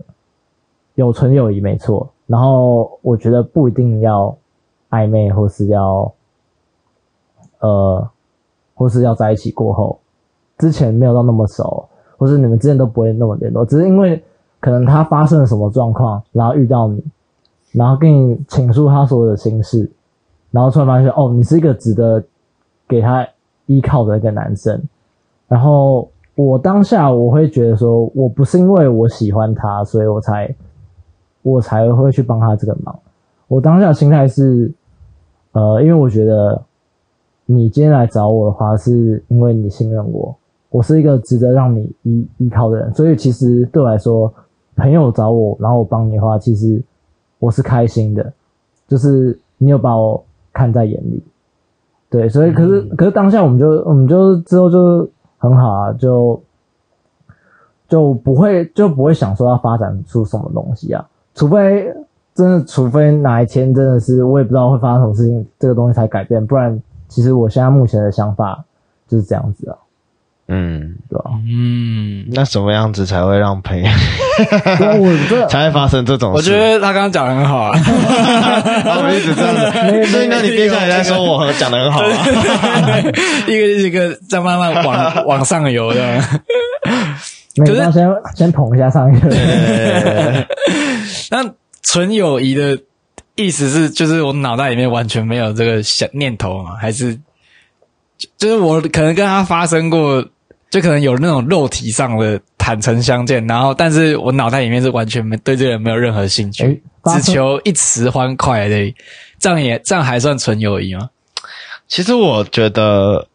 C: 有纯友谊没错，然后我觉得不一定要暧昧，或是要呃，或是要在一起过后，之前没有到那么熟，或是你们之前都不会那么联络，只是因为可能他发生了什么状况，然后遇到你，然后跟你倾诉他所有的心事，然后突然发现哦，你是一个值得给他依靠的一个男生。然后我当下我会觉得说，我不是因为我喜欢他，所以我才我才会去帮他这个忙。我当下的心态是，呃，因为我觉得你今天来找我的话，是因为你信任我，我是一个值得让你依依靠的人。所以其实对我来说，朋友找我，然后我帮你的话，其实我是开心的，就是你有把我看在眼里。对，所以可是、可是当下我们就我们就之后就很好啊，就就不会就不会想说要发展出什么东西啊，除非真的，除非哪一天真的是我也不知道会发生什么事情，这个东西才改变，不然其实我现在目前的想法就是这样子啊，
A: 嗯，
C: 对吧、
B: 嗯，
A: 那什么样子才会让朋友
C: 对 啊，我这
A: 才会发生这种
B: 我
A: 事？
B: 觉得他刚刚讲的很好 啊，
A: 他们一直这样子，所以那你接下来在说我讲的很好啊。
B: 一个一个在慢慢往往上游的。
C: 每
B: 可是
C: 个先先捧一下上一个，
B: 那纯友谊的意思是，就是我脑袋里面完全没有这个想念头嘛？还是就就是我可能跟他发生过，就可能有那种肉体上的坦诚相见，然后但是我脑袋里面是完全没对这个人没有任何兴
C: 诶
B: 趣，
C: 发
B: 只
C: 生
B: 求一时欢快而已。这样也这样还算纯友谊吗？
A: 其实我觉得，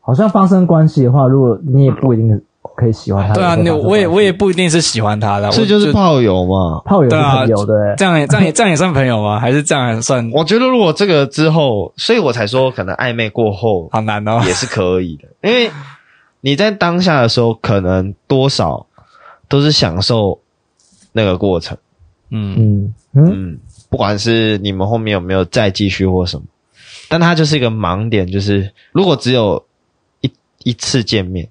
C: 好像发生关系的话，如果你也不一定可以喜欢他，
B: 对啊，
C: 也会
B: 你
C: 发生
B: 我也
C: 关系
B: 我也不一定是喜欢他的，
A: 这
B: 我
A: 就是炮友嘛。
C: 炮友是
B: 对啊
C: 朋友的、欸，
B: 这样也这样也这样也算朋友吗？还是这样还算
A: 我觉得如果这个之后，所以我才说可能暧昧过后
B: 好难哦？
A: 也是可以的，因为你在当下的时候，可能多少都是享受那个过程。
B: 嗯
C: 嗯嗯，
A: 嗯，不管是你们后面有没有再继续或什么，但它就是一个盲点，就是如果只有一一次见面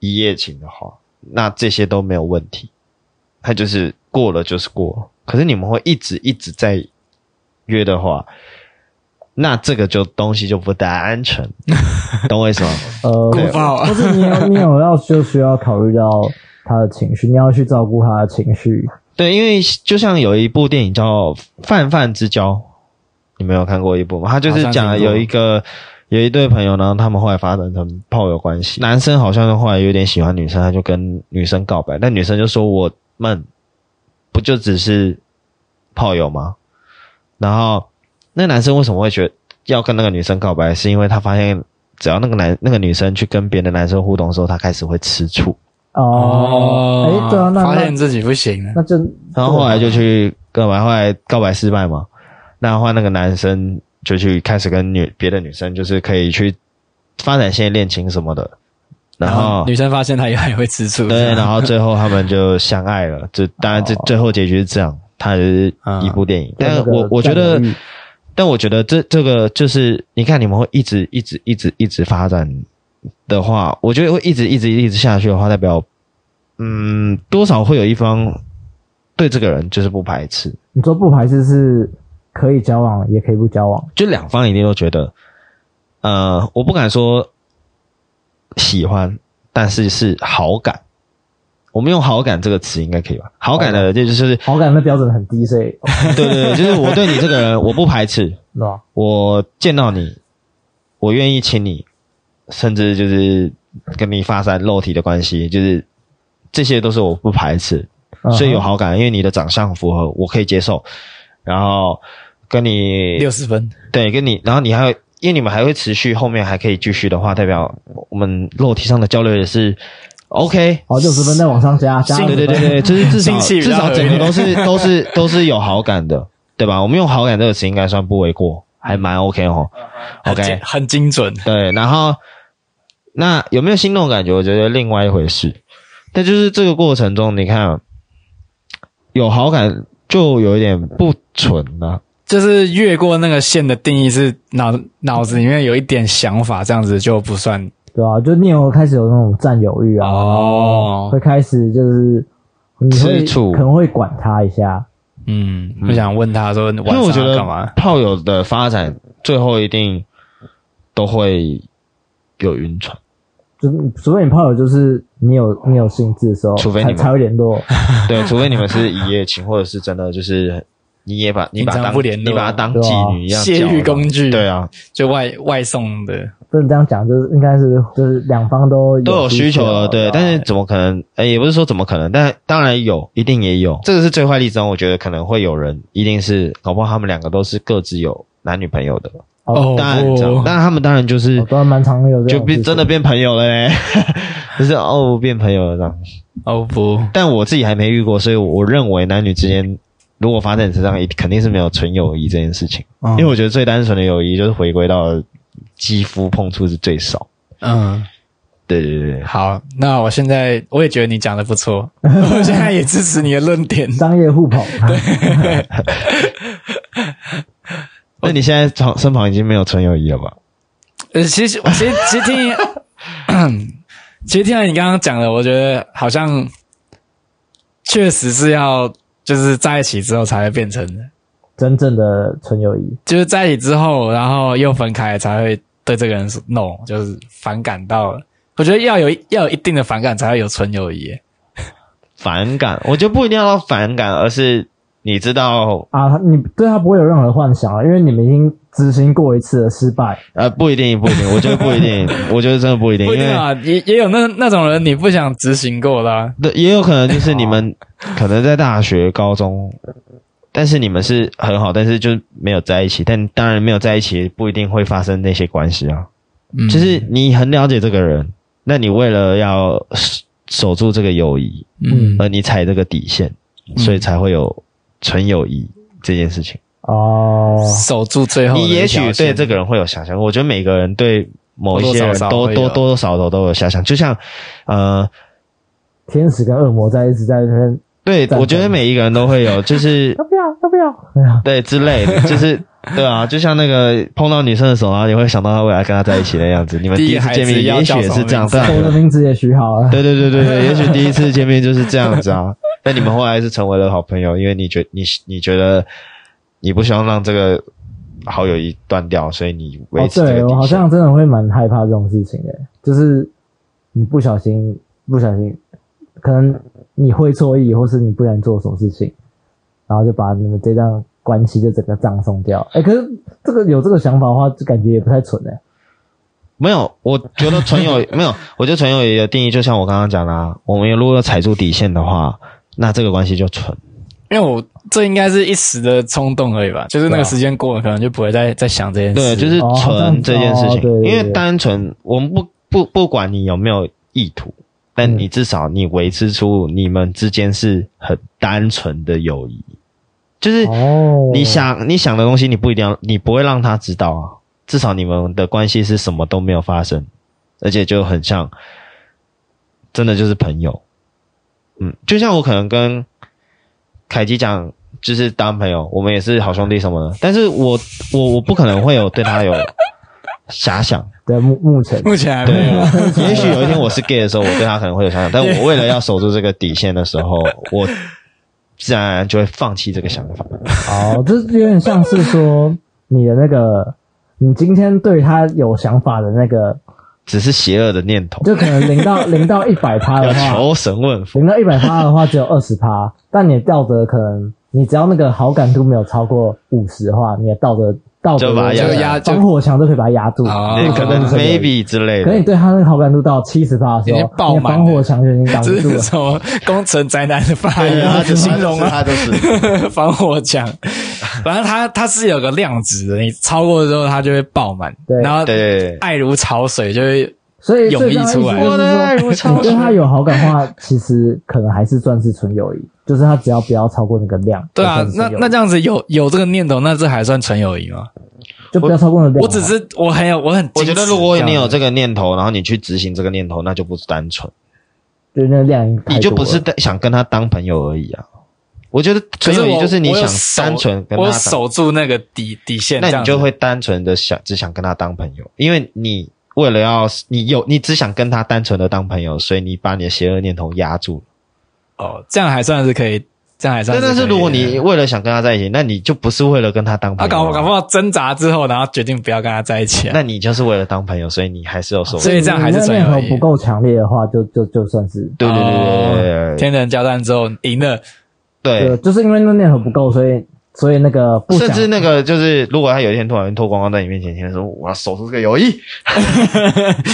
A: 一夜情的话，那这些都没有问题，它就是过了就是过了。可是你们会一直一直在约的话，那这个就东西就不单纯，懂我意思吗？
B: 嗯
C: 呃，
B: 过爆啊
C: 或是你有你有要就需要考虑到他的情绪，你要去照顾他的情绪。
A: 对，因为就像有一部电影叫《泛泛之交》，你们有看过一部吗？他就是
B: 好
A: 讲
B: 像听过
A: 有一个有一对朋友，然后他们后来发展成炮友关系。男生好像后来有点喜欢女生，他就跟女生告白，但女生就说：“我们不就只是炮友吗？”然后那男生为什么会觉得要跟那个女生告白？是因为他发现只要那个男那个女生去跟别的男生互动的时候，他开始会吃醋。
C: 哦，哎、对啊，那
B: 发现
C: 那
B: 自己不行了。
C: 那就
A: 然后后来就去告白，后来告白失败嘛，那后来那个男生就去开始跟女别的女生，就是可以去发展线恋情什么的，然后
B: 女生发现他也还会吃醋，
A: 对，然后最后他们就相爱了，这当然这最后结局是这样，它就是一部电影，
C: 对嗯那
A: 但
C: 个
A: 我我觉得
C: 占有欲。
A: 但我觉得这这个就是，你看你们会一直一直一直一直发展的话，我觉得会一直一直一直下去的话，代表嗯，多少会有一方对这个人就是不排斥，
C: 你说不排斥是可以交往，也可以不交往。
A: 就两方一定都觉得，呃，我不敢说喜欢，但是是好感。我们用好感这个词应该可以吧？好感的，这就是
C: 好感的标准很低，所以
A: 对对对，就是我对你这个人我不排斥，
C: 是吧？
A: 我见到你，我愿意请你，甚至就是跟你发生肉体的关系，就是这些都是我不排斥，
C: 嗯
A: 所以有好感，因为你的长相符合，我可以接受，然后跟你
B: 六十分，
A: 对，跟你，然后你还会，因为你们还会持续，后面还可以继续的话，代表我们肉体上的交流也是 OK。
C: 好九十分再往上加，加
A: 对对对
C: 20分，
A: 对，就是至少
B: 性气比
A: 至
B: 较
A: 少
B: 合
A: 整
B: 一
A: 个都是都是都是有好感的，对吧？我们用好感这个词应该算不为过，还蛮 OK 哦。
B: 很
A: OK
B: 精很精准。
A: 对，然后那有没有心动感觉？我觉得另外一回事。但就是这个过程中，你看有好感就有一点不纯啊了、
B: 就是越过那个线的定义是脑脑子里面有一点想法，这样子就不算
C: 对啊，就你有开始有那种占有欲啊，
B: 哦
C: 会。开始就是你会
A: 吃醋
C: 可能会管他一下，
B: 嗯，不想问他说
A: 因为我
B: 晚
A: 觉
B: 上要
A: 得
B: 干嘛？
A: 炮友的发展最后一定都会有晕 船，
C: 就除非你炮友就是你有你有兴致的时候，
A: 除非你
C: 才
A: 们
C: 才会联 络。
A: 对，除非你们是一夜情，或者是真的就是你也把你把
B: 平常
A: 当
B: 不联络啊
A: 你把它当妓女一样
B: 泄欲工具
A: 对啊，
B: 就外外送的，
C: 不能这样讲，就是应该是就是两方都
A: 都有
C: 有
A: 需求了，
B: 啊
A: 对，
C: 吧
A: 但是怎么可能？呃，也不是说怎么可能，但当然有，一定也有，这个是最坏例子中，我觉得可能会有人一定是，搞不好他们两个都是各自有男女朋友的，
B: 哦
A: 当然这样，但他们当然就是
C: 我哦都还蛮常有这
A: 就
C: 种事
A: 变
C: 情
A: 真的变朋友了嘞， 就是哦变朋友了这样。
B: 哦不，
A: 但我自己还没遇过，所以我认为男女之间如果发展成这样，一肯定是没有纯友谊这件事情。
B: 嗯
A: 因为我觉得最单纯的友谊就是回归到肌肤碰触是最少。
B: 嗯，
A: 对对对对，
B: 好，那我现在我也觉得你讲的不 错，我现在也支持你的论点。
C: 商业互捧，
A: 那你现在从身旁已经没有纯友谊了吧？
B: 呃，其实我其实其实听， 其实听了你刚刚讲的，我觉得好像确实是要就是在一起之后才会变成，
C: 真正的纯友谊。
B: 就是在一起之后，然后又分开才会对这个人说 no，就是反感到了。我觉得要有要有一定的反感，才会有纯友谊耶。
A: 反感，我觉得不一定要到反感，而是你知道，
C: 啊，你对他不会有任何幻想啊，因为你们已经执行过一次的失败，
A: 呃，不一定，不一定，我觉得不一定，我觉得真的不一定，
B: 不一
A: 因
B: 定
A: 为
B: 啊，也也有那那种人，你不想执行过的、啊，
A: 对，也有可能就是你们可能在大学、高中，但是你们是很好，但是就是没有在一起。但当然没有在一起，不一定会发生那些关系啊。
B: 嗯
A: 就是你很了解这个人，那你为了要守守住这个友谊，
B: 嗯
A: 而你踩这个底线，所以才会有纯友谊这件事情。
C: 哦，
B: 守住最后的一
A: 你
B: 条
A: 也
B: 线。
A: 许对这个人会有遐想，我觉得每个人对某一些人
B: 多多少少
A: 都
B: 会有
A: 多多多少少都有遐想，就像呃。
C: 天使跟恶魔在一直在那边，
A: 对，
C: 赞
A: 我觉得
C: 同
A: 每一个人都会有，就是
C: 要不要？要不要？哎呀，
A: 对之类的，就是对啊，就像那个碰到女生的时候，然后你会想到她未来跟她在一起的样子。你们
B: 第
A: 第
B: 一
A: 一次见面，
B: 孩子要
A: 也
B: 叫
A: 许也是这样，对啊
C: 我的名字也取好了，哦
A: 对对对对对，也许第一次见面就是这样子啊。但你们后来是成为了好朋友，因为你觉你你觉得你不希望让这个好友谊断掉，所以你维
C: 哦，
A: 持这
C: 对
A: 个
C: 我
A: 底
C: 好
A: 线。
C: 像真的会蛮害怕这种事情的，就是你不小心，不小心，可能你会错意，或是你不然做什么事情，然后就把你们这段关系就整个葬送掉。哎，可是这个有这个想法的话，就感觉也不太蠢哎。
A: 没有，我觉得纯友没有，我觉得纯友谊的定义就像我刚刚讲的、啊，我们如果有踩住底线的话，那这个关系就纯。
B: 因为我这应该是一时的冲动而已吧，就是那个时间过了，可能就不会再再想这件事。
A: 啊对，啊就是
C: 哦这样
A: 纯
C: 子
A: 这件事情，
C: 哦对对对
A: 因为单纯我们不不不管你有没有意图，但
C: 嗯
A: 你至少你维持出你们之间是很单纯的友谊，就是
C: 哦
A: 你想、你想的东西，你不一定要，你不会让他知道啊，至少你们的关系是什么都没有发生，而且就很像，真的就是朋友，嗯，就像我可能跟凯基讲。就是当朋友，我们也是好兄弟什么的，但是我我我不可能会有对他有遐想，
C: 对目目前
B: 目前还
A: 对
B: 没有。，
A: 也许有一天我是 gay 的时候，我对他可能会有遐想，但我为了要守住这个底线的时候，我自然而然就会放弃这个想法。
C: 哦，这有点像是说你的那个，你今天对他有想法的那个，
A: 只是邪恶的念头，
C: 就可能零 到零到一百趴
A: 要
C: 的话，
A: 求神问佛。
C: 零到一百趴的话只有二十趴，但你的道德可能你只要那个好感度没有超过五十的话，你的道德道德
A: 就把它压
C: 的
A: 下
B: 来
C: 防火墙都可以把它压住，
B: 哦
C: 那
A: 你
C: 个
A: 可能
C: 啊就是这个
A: maybe 之类
C: 可是
A: 的
C: 你，对他那个好感度到七十趴的时
B: 已
C: 候，
B: 经爆
C: 你的
B: 满
C: 防火
B: 了
C: 墙就已经
A: 啊
C: 挡不
B: 这
C: 住
B: 是
C: 了。
B: 什么工程宅男的发
A: 对，他
B: 言
A: 就
B: 形容 啊？
A: 他就是，
B: 防火 墙，反正它它是有个量值的，你超过之后它就会爆满，
C: 对
B: 然后
A: 对，
B: 爱如潮水就会
C: 所以
B: 涌
C: 最
B: 溢
C: 大的
B: 出
C: 意思
B: 来
C: 就是
A: 我的爱如
C: 说，
A: 潮
C: 你对他
A: 水
C: 有好感的话，其实可能还是算是纯友谊，就是他只要不要超过那个量。
B: 对啊
C: 就，算是
B: 那
C: 纯友谊
B: 那这样子有有这个念头，那这还算纯友谊吗？
C: 就不要超过那个量啊。
B: 我只是我很有我很矜持，
A: 我觉得如果你有这个念头，然后你去执行这个念头，那就不是单纯，
C: 对那个量已经太
A: 你就
C: 多
A: 不是
C: 了
A: 想跟他当朋友而已啊。我觉得
B: 可
A: 纯
B: 是
A: 友谊
B: 我
A: 就是你
B: 我有
A: 想
B: 守
A: 单纯跟
B: 我
A: 他
B: 有
A: 当，
B: 守住那个底底线，
A: 那
B: 这样
A: 你
B: 子
A: 就会单纯的想只想跟他当朋友，因为你为了要你有你只想跟他单纯的当朋友，所以你把你的邪恶念头压住了。
B: 哦，这样还算是可以，这样还算
A: 但但
B: 是可以的。
A: 是如果你为了想跟他在一起，那你就不是为了跟他当朋
B: 啊
A: 友、
B: 搞搞不好挣扎之后，然后决定不要跟他在一起啊，
A: 那你就是为了当朋友，所以你还是有所
B: 所
A: 谓。
B: 以这样还是
C: 你那
B: 纯
C: 念
B: 友
C: 头
B: 谊
C: 不。够强烈的话，就就就算是
A: 对对对对对对
B: 哦天人交战之后赢了，
A: 对
C: 对，呃就是因为那念头不够，所以所以那个不
A: 对，
C: 想
A: 甚至那个就是，如果他有一天突然脱光光在你面前，天说我要守住这个友谊，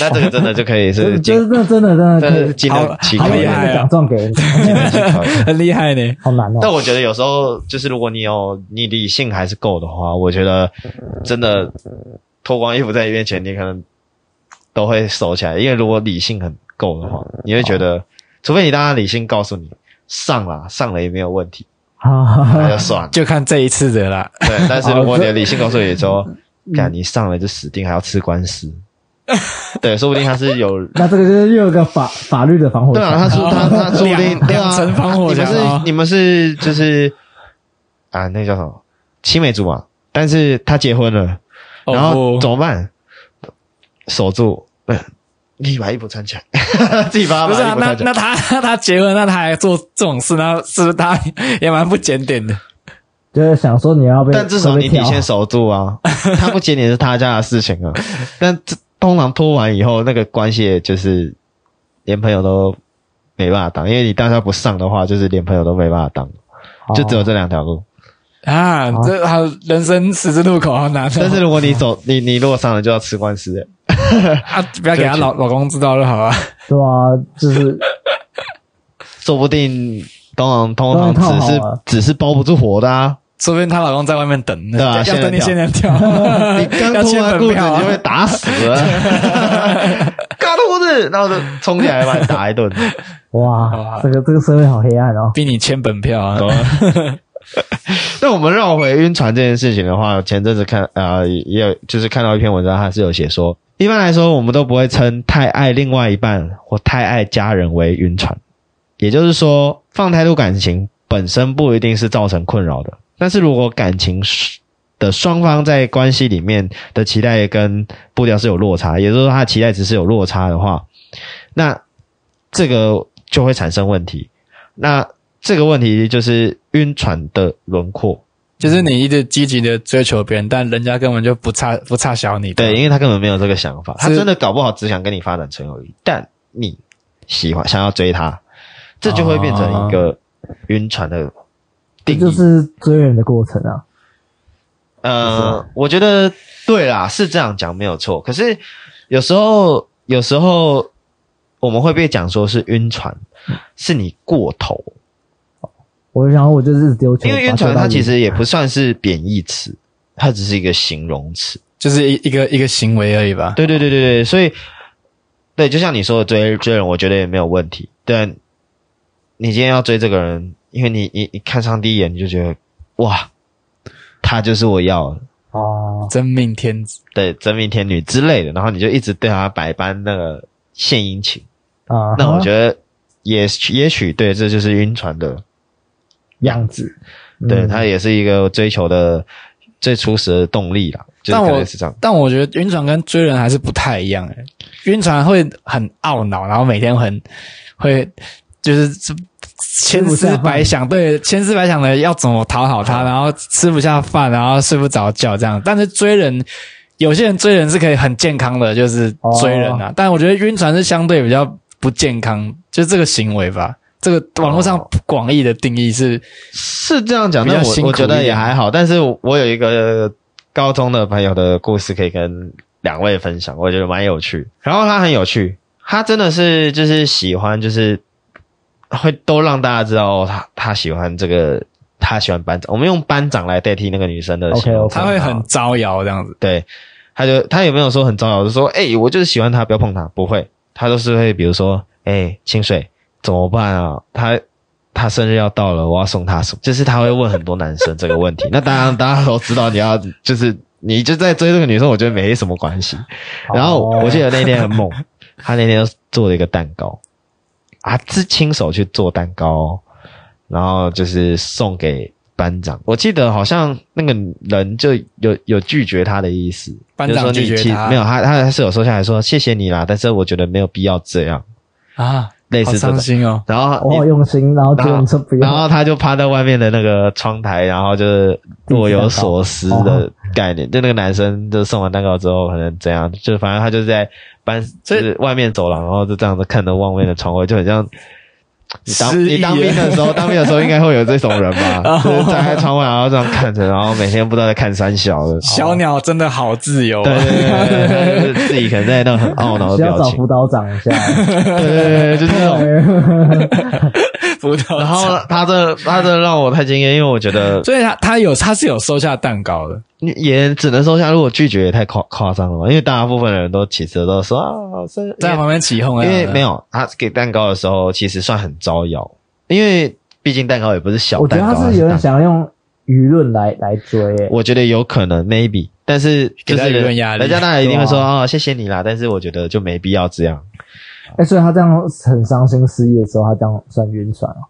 A: 那这个真的就可以
C: 就是是
A: 尽
C: 就是那真的真的
A: 真
C: 可
A: 的是
C: 以
A: 尽量乞
C: 好
A: 讨
B: 好
A: 一
B: 厉
A: 点，
B: 害
C: 那
B: 哦
C: 个奖状给人，
A: 尽量乞讨一点。
B: 很厉害呢。
C: 好难
A: 但
C: 哦。
A: 我觉得有时候就是，如果你有你理性还是够的话，我觉得真的脱光衣服在你面前，你可能都会收起来，因为如果理性很够的话，你会觉得，除非你当他理性告诉你上啦，上了也没有问题，那就
C: 啊，
A: 哎算了。
B: 就看这一次的啦。
A: 对，但是如果你的理性告诉你说，
B: 嗯
A: 干你上了就死定，还要吃官 司，对，说不定他是有。
C: 那这个就是又有一个法法律的防火
A: 对
C: 墙。
A: 啊，他说他他说不定
B: 两
A: 对啊，
B: 两层防火
A: 你们
B: 墙
A: 是
B: 哦
A: 你们是就是啊，那叫什么青梅竹马，但是他结婚了，然后
B: 哦
A: 怎么办？守住，呃你把衣服穿起来， 自己把
B: 不
A: 把
B: 是
A: 衣
B: 啊，
A: 服
B: 那
A: 穿起来
B: 那。他那他结婚，那他 还做这种事，那是不是他 也蛮不检点的？
C: 就是想说你要被，
A: 但至少
C: 会
A: 你
C: 被跳
A: 底线守住啊，他不接你是他家的事 情啊。但这通常拖完以后，那个关系就是连朋友都没办法当，因为你当下不上的话，就是连朋友都没办法当，
C: 哦
A: 就只有这两条 路。
B: 啊，
A: 哦
B: 这他人生十字路口好难哦。
A: 但是如果你走， 你你如果上了，就要吃官司、欸。
B: 啊，不要给他老老公知道就好啊。
C: 对啊， 就是
A: 说不定通常通常
C: 当然套
A: 只
C: 好
A: 是
C: 啊
A: 只是包不住火的 啊！
B: 说不定她老公在外面等，
A: 对啊
B: 要
A: 仙人
B: 等你
A: 跳
B: 仙人跳，
A: 你刚
B: 要
A: 脱
B: 签
A: 完
B: 本
A: 裤子，
B: 票啊
A: 你就被打死 了。 嘎脱裤子，然后就冲起来把你打一顿。
C: 哇，这个这个社会好黑暗哦。
B: 逼你签本票啊。
A: 懂了 那我们绕回晕船这件事情的话，前阵子看呃也有就是看到一篇文章，它是有写说，一般来说我们都不会称太爱另外一半或太爱家人为晕船，也就是说，放太多感情本身不一定是造成困扰的，但是如果感情是的双方在关系里面的期待跟步调是有落差，也就是说他的期待值是有落差的话，那这个就会产生问题。那这个问题就是晕船的轮廓，
B: 就是你一直积极的追求别人，但人家根本就不差不差小你。
C: 嗯
A: 对，因为他根本没有这个想法，他
B: 是
A: 真的搞不好只想跟你发展纯友谊，但你喜欢想要追他，这就会变成一个晕船的
C: 啊这
A: 定义。
C: 就是追人的过程啊。
A: 呃，我觉得对啦，是这样讲没有错。可是有时候，有时候我们会被讲说是晕船，是你过头，
C: 我就想，嗯我就是丢球，
A: 因为
C: 把
A: 晕
C: 球
A: 船
C: 打
A: 它
C: 进
A: 其实也不算是贬义词，它只是一个形容词。
B: 就是一一个一个行为而已 吧。
A: 对对对对对，所以对，就像你说的追追人，我觉得也没有问题。但你今天要追这个人，因为你你你看上第一眼你就觉得哇，他就是我要的，
C: 哦，
B: 真命天子，
A: 对，真命天女之类的，然后你就一直对他百般那个献殷勤。
C: 啊，
A: 那我觉得也许也许对，这就是晕船的，
C: 样子，
A: 对，
C: 嗯
A: 它也是一个追求的最初始的动力啦，就是
B: 但
A: 可
B: 我
A: 能是这样。
B: 但我觉得晕船跟追人还是不太一样诶、欸晕船会很懊恼，然后每天很会就是千思百想，对，千思百想的要怎么讨好他，然后吃不下饭，然后睡不着觉这样。但是追人，有些人追人是可以很健康的，就是追人啊。但我觉得晕船是相对比较不健康，就是这个行为吧。这个网络上广义的哦定义是，
A: 是这样讲，
B: 比较
A: 但我
B: 辛苦
A: 我觉得
B: 一
A: 也
B: 点
A: 还好。但是我我有一个高中的朋友的故事可以跟两位分享，我觉得蛮有趣。然后他很有趣，他真的是就是喜欢，就是会都让大家知道、哦、他他喜欢这个，他喜欢班长。我们用班长来代替那个女生的
C: OK，
A: 形容
C: OK
A: 词
B: 他会很招摇这样子。
A: 对，他就他也没有说很招摇，就说哎、我就是喜欢他，不要碰他，不会，他都是会比如说哎、清水怎么办啊？他他生日要到了，我要送他什么？就是他会问很多男生这个问题。那当然，大家都知道你要就是你就在追这个女生，我觉得没什么关系。然后
C: 哦
A: 我记得那天很猛，他那天做了一个蛋糕，啊，是亲手去做蛋糕哦、然后就是送给班长。我记得好像那个人就有有拒绝他的意思，
B: 班长
A: 就说你
B: 拒绝
A: 其
B: 他
A: 没有，他他还是有收下来说谢谢你啦，但是我觉得没有必要这样，
B: 啊，
A: 类
B: 好
A: 似这
B: 伤
A: 种。
B: 心哦。
A: 然后
C: 我好
A: 你
C: 用心，然后结果你说不
A: 啊然
C: 要
A: 后，他就趴在外面的那个窗台，然后就是若有所思的概念。就那个男生就送完蛋糕之后，可能怎样，就反正他就是在班，
B: 所
A: 就
B: 以
A: 是外面走廊，然后就这样子看着外面的窗外，就很像。你当
B: 失忆
A: 你当兵的时候，当兵的时候应该会有这种人吧？就是站在窗外，然后这样看着，然后每天不知道在看三小的。
B: 小鸟真的好自由、啊，
A: 对对对对对，就是自己可能在那种很懊恼的
C: 需要
A: 表
C: 找
A: 情
C: 辅。导长一下，
A: 对对对，对就是那种
C: 对
B: 葡萄
A: 然后
B: 酒。
A: 他这他这让我太惊艳，因为我觉得
B: 所以他他有他是有收下蛋糕的，
A: 也只能收下，如果拒绝也太夸夸张了嘛，因为大部分人都其实都说啊，生
B: 在旁边起哄
A: 因
B: 啊，
A: 为
C: 嗯
A: 因为没
B: 有
A: 有他给蛋糕的时候，其实算很招摇，因为毕竟蛋糕也不是小
C: 我觉
A: 蛋
C: 得
A: 糕，
C: 他
A: 它
C: 是有
A: 蛋糕
C: 点想用舆论来来追、欸，
A: 我觉得有可能 maybe，但是就
B: 给他
A: 是
B: 舆论压力
A: 人家当然一定会说
C: 对
A: 啊、哦，谢谢你啦，但是我觉得就没必要这样，
C: 哎、所以他这样很伤心失意的时候，他这样算晕船哦、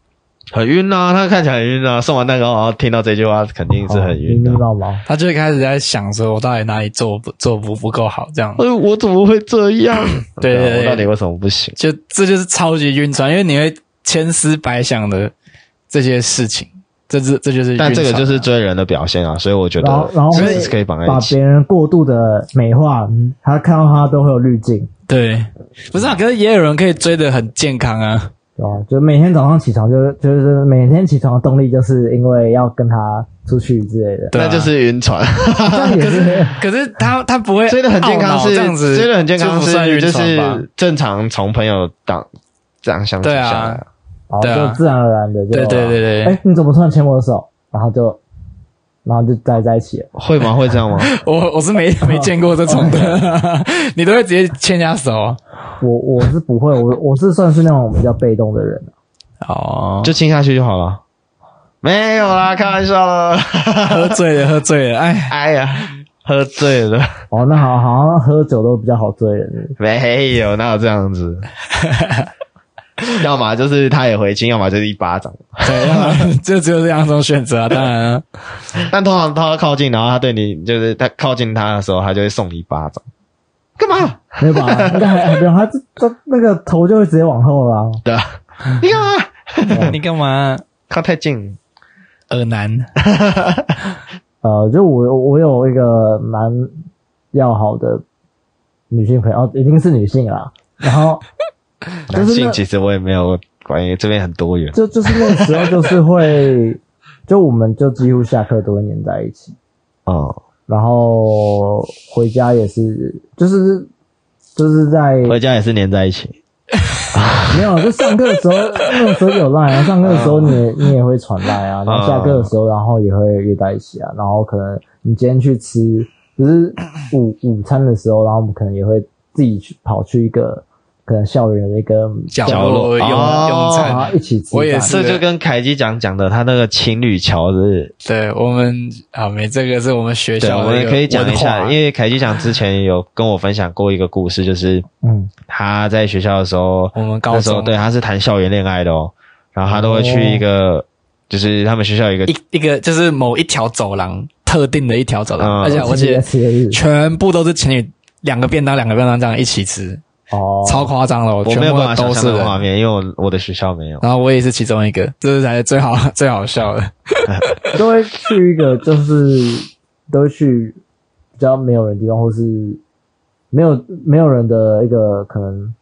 A: 很晕啊，他看起来很晕啊，送完蛋糕然后听到这句话肯定是很晕
C: 迷
A: 的、
C: 迷毛毛。
B: 他就会开始在想说，我到底哪里做不做不不够好这样，
A: 哎，我怎么会这 样？啊
B: 对对对
A: 我到底为什么不行？
B: 就这就是超级晕船，因为你会千思百想的这些事情，这是这就是、啊
A: 但这个就是，追人的表现啊，所以我觉
C: 然后
A: 得
C: 然后
A: 是
C: 会
A: 是可以绑在
C: 把
A: 一
C: 别
A: 起。
C: 人过度的美化，嗯他看到他都会有滤镜，
B: 对，不
A: 嗯
B: 是啊，可是也有人可以追的很健康啊，
C: 对吧？就每天早上起床就就是每天起床的动力，就是因为要跟他出去之 类的，
B: 对啊
A: 那就是晕船，
C: 这样也是
B: 可是他他不会
A: 追的很健康
B: 懊恼
A: 是
B: 这样子，
A: 追的很健
B: 就
A: 康
B: 不算
A: 是
B: 晕
A: 就
B: 船吧
A: 是正常从朋友当这样相处
B: 对啊
A: 下来，
C: 哦，
B: 对啊
C: 就自然而然的就
B: 对对对对
C: 哎，你怎么突然牵我的手？然后就然后就待在一起了，
A: 会吗？会这 样吗？
B: 我我是 没没见过这种的，你都会直接牵人家手啊
C: 我我是不会，我我是算是那种比较被动的人，
B: 哦，
A: 就亲下去就好了。没有啦，开玩笑 啦。
B: 喝醉了，喝醉了，哎，
A: 哎呀，喝醉了，
C: 哦，那好好像喝酒都比较好追人，
A: 没有，哪有这样 子？要么就是他也回亲，要么就是一巴掌。
B: 对，要不然就只有这两种选择啊，当然 啊，
A: 但通常他靠近，然后他对你就是他靠近他的时候，他就会送你一巴掌。干 嘛？
C: 没有吧？ 应该还还没有，他这这那个头就会直接往后啦。
A: 对啊，你干嘛？
B: 你干嘛？
A: 靠太近，
B: 耳男，
C: 呃，就我我有一个蛮要好的女性朋友，哦，一定是女性啦。然后
A: 男
C: 但是
A: 性
C: 那
A: 其实我也没有关于这边很多元。
C: 就就是那个时候就是会， 就我们就几乎下课都会黏在一起，
A: 哦，
C: 然后回家也是，就是就是在
A: 回家也是黏在一起。
C: 没有，就上课的 时候那个时候有赖啊，上课的时候你也你也会传赖啊，然后下课的时候然后也会约在一起啊，然后可能你今天去吃，就是午午餐的时候，然后我们可能也会自己去跑去一个可能校园的一个
B: 角
A: 角
B: 落
A: 落
B: 用用
A: 哦
C: 然后
B: 餐
C: 一，起吃饭，
B: 我也是
A: 这就跟凯基讲讲的，他那个情侣桥是
B: 对我们啊，没这个是我们学
A: 对，
B: 校
A: 我
B: 的
A: 们
B: 个
A: 可以讲一
B: 文
A: 下，
B: 化
A: 因为凯基讲之前有跟我分享过一个故事，就是
C: 嗯，
A: 他在学校的时候，
B: 我们高
A: 那时候
B: 中
A: 对他是谈校园恋爱的哦，然后他都会去一个，就是他们学校有一个
B: 一一个就是某一条走廊特定的一条走廊，
A: 嗯
B: 而且而且
C: 吃的日子
B: 啊全部都是情侣。两个便当，两个便当这样一起吃，
C: 哦，
B: 超夸张了！
A: 我
B: 全
A: 没有
B: 部
A: 办法想
B: 都是
A: 象那个
B: 人啊
A: 画面，因为我我的学校没有。
B: 然后我也是其中一个，这是才是最好 最好笑的。
C: 都会去一个就是都会去比较没有人的地方，或是没有没有人的一个可能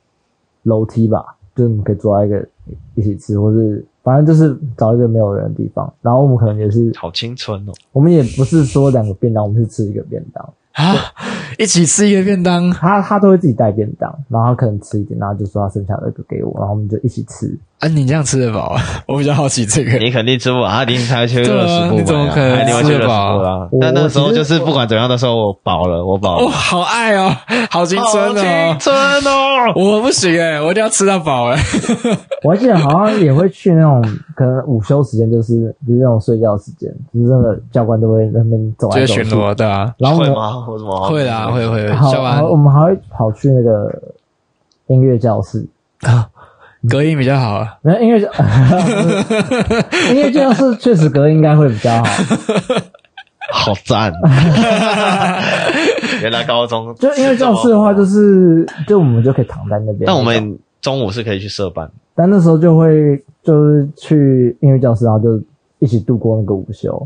C: 楼梯吧，就是你可以坐在一个一起吃，或是反正就是找一个没有人的地方。然后我们可能也是，
A: 好青春哦！
C: 我们也不是说两个便当，我们是吃一个便当。
B: 啊，一起吃一个便当，
C: 他他都会自己带便当，然后他可能吃一点，然后就说他剩下的就给我，然后我们就一起吃。
B: 啊，你这样吃得饱啊？ 我比较好 奇这个。
A: 你肯定吃不饱，他一定才去
B: 对啊
A: 乐食部
B: 你怎么可能
A: 哎你会去乐食部啦
C: 吃得饱？
A: 但
C: 我
A: 那
C: 我
A: 时候
C: 其
A: 就
C: 实
A: 是不管怎样的时候，我饱了，我饱
B: 哦，
A: 了，
B: 好爱哦，好青春
A: 好青
B: 哦！
A: 春哦！
B: 我不行哎、我一定要吃到 饱哎、
C: 我还记得好像也会去那种，可能午休时间就是就是那种睡觉时间，就是那个教官都会在那边走来
B: 就
C: 走
B: 巡
C: 去，
B: 逻对啊，
C: 然后我
A: 会
C: 们
A: 吗？我怎么
B: 会啦，会会会，
C: 好
B: 教
C: 好我
B: 完
C: 们还会跑去那个音乐教室，
B: 隔音比较好啊。
C: 那音乐教 音乐教室确实隔音应该会比较好，
A: 好赞！ 原来高中
C: 就音乐教室的话，就是就我们就可以躺在那边，
A: 但我们中午是可以去社办，
C: 但那时候就会就是去音乐教室，然后就一起度过那个午休，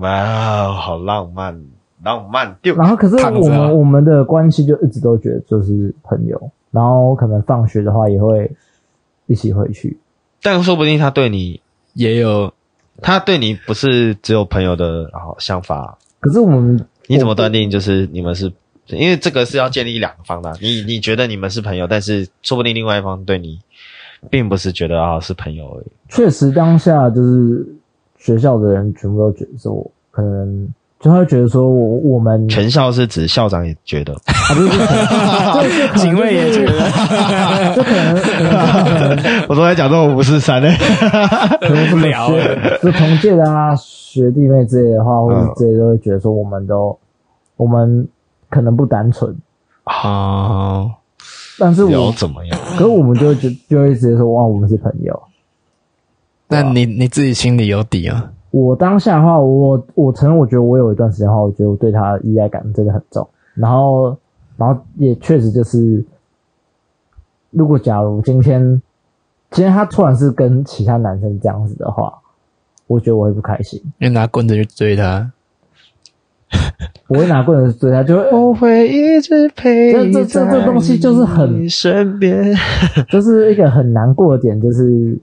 A: 哇，好浪漫，浪漫丢
C: 然后可是
B: 躺着啊
C: 我们、我们的关系就一直都觉得就是朋友，然后可能放学的话也会一起回去。
A: 但说不定他对你，
B: 也有
A: 他对你不是只有朋友的好想法，
C: 可是我们
A: 你怎么断定就是你们是？因为这个是要建立两方的啊，你你觉得你们是朋友，但是说不定另外一方对你并不是觉得啊是朋友而已。
C: 确实当下就是学校的人全部都觉得说我可能就他会觉得说我我们
A: 全校是指校长也觉得，
C: 啊不是不是可能
B: 警卫也觉得，
C: 就可能可能
A: 我都在讲这种五四三呢。欸
C: 可能是
B: 聊了
C: 学就同届的啊学弟妹之类的话，或者之类都会觉得说我们都我们可能不单纯，
B: 哦，
C: 但是
A: 有
C: 我
A: 怎么样？
C: 可是我们就就就会直接说哇我们是朋友。
B: 那你你自己心里有底啊？
C: 我当下的话，我我承认，我觉得我有一段时间的话，我觉得我对他的依赖感真的很重。然后，然后也确实就是，如果假如今天今天他突然是跟其他男生这样子的话，我觉得我会不开心，
B: 因为拿棍子去追他，
C: 我会拿棍子追他，就会
A: 哦我会一直陪
C: 这这这这东西就是很
A: 你身边。
C: 就是一个很难过的点，就是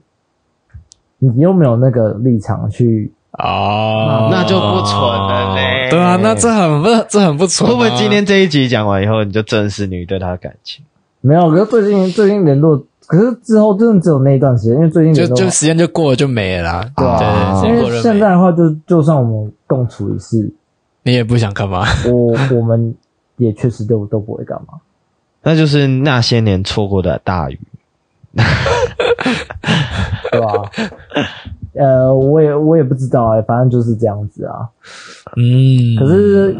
C: 你又没有那个立场去，
B: 哦，
A: 那就不蠢了嘞
B: 对啊，那这很不这很不蠢啊、
A: 会不会今天这一集讲完以后，你就正视你对他的感情？
C: 没有。可是最近最近联络，可是之后真的只有那一段时间，因为最近
B: 就
C: 联络
B: 就时间就过了就没了啦？
A: 对
B: 对
A: 啊
B: 对，时
C: 因
B: 间过了就
C: 为现
B: 没
C: 在
B: 了，
C: 的话就，就算我们共处一室，
B: 你也不想干嘛？
C: 我我们也确实都都不会干嘛。
A: 那就是那些年错过的大雨。
C: 对吧？呃，我也我也不知道哎、反正就是这样子啊。
B: 嗯，
C: 可是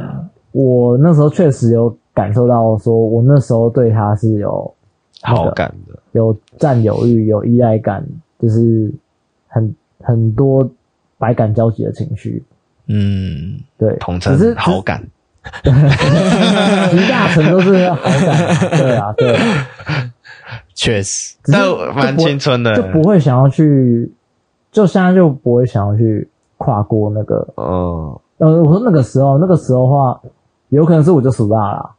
C: 我那时候确实有感受到，说我那时候对他是有
A: 好感的，
C: 有占有欲、有依赖感，就是很很多百感交集的情绪。
B: 嗯，
C: 对，
A: 统
C: 可是
A: 称好，感。
C: 一大层都是好感。对啊，对啊，
B: 确实，
C: 只是
A: 但
C: 就不
A: 蛮青春的
C: 就不会想要去，就现在就不会想要去跨过那个
A: 嗯，
C: 呃，我说那个时候，那个时候的话，有可能是我就数大了，啊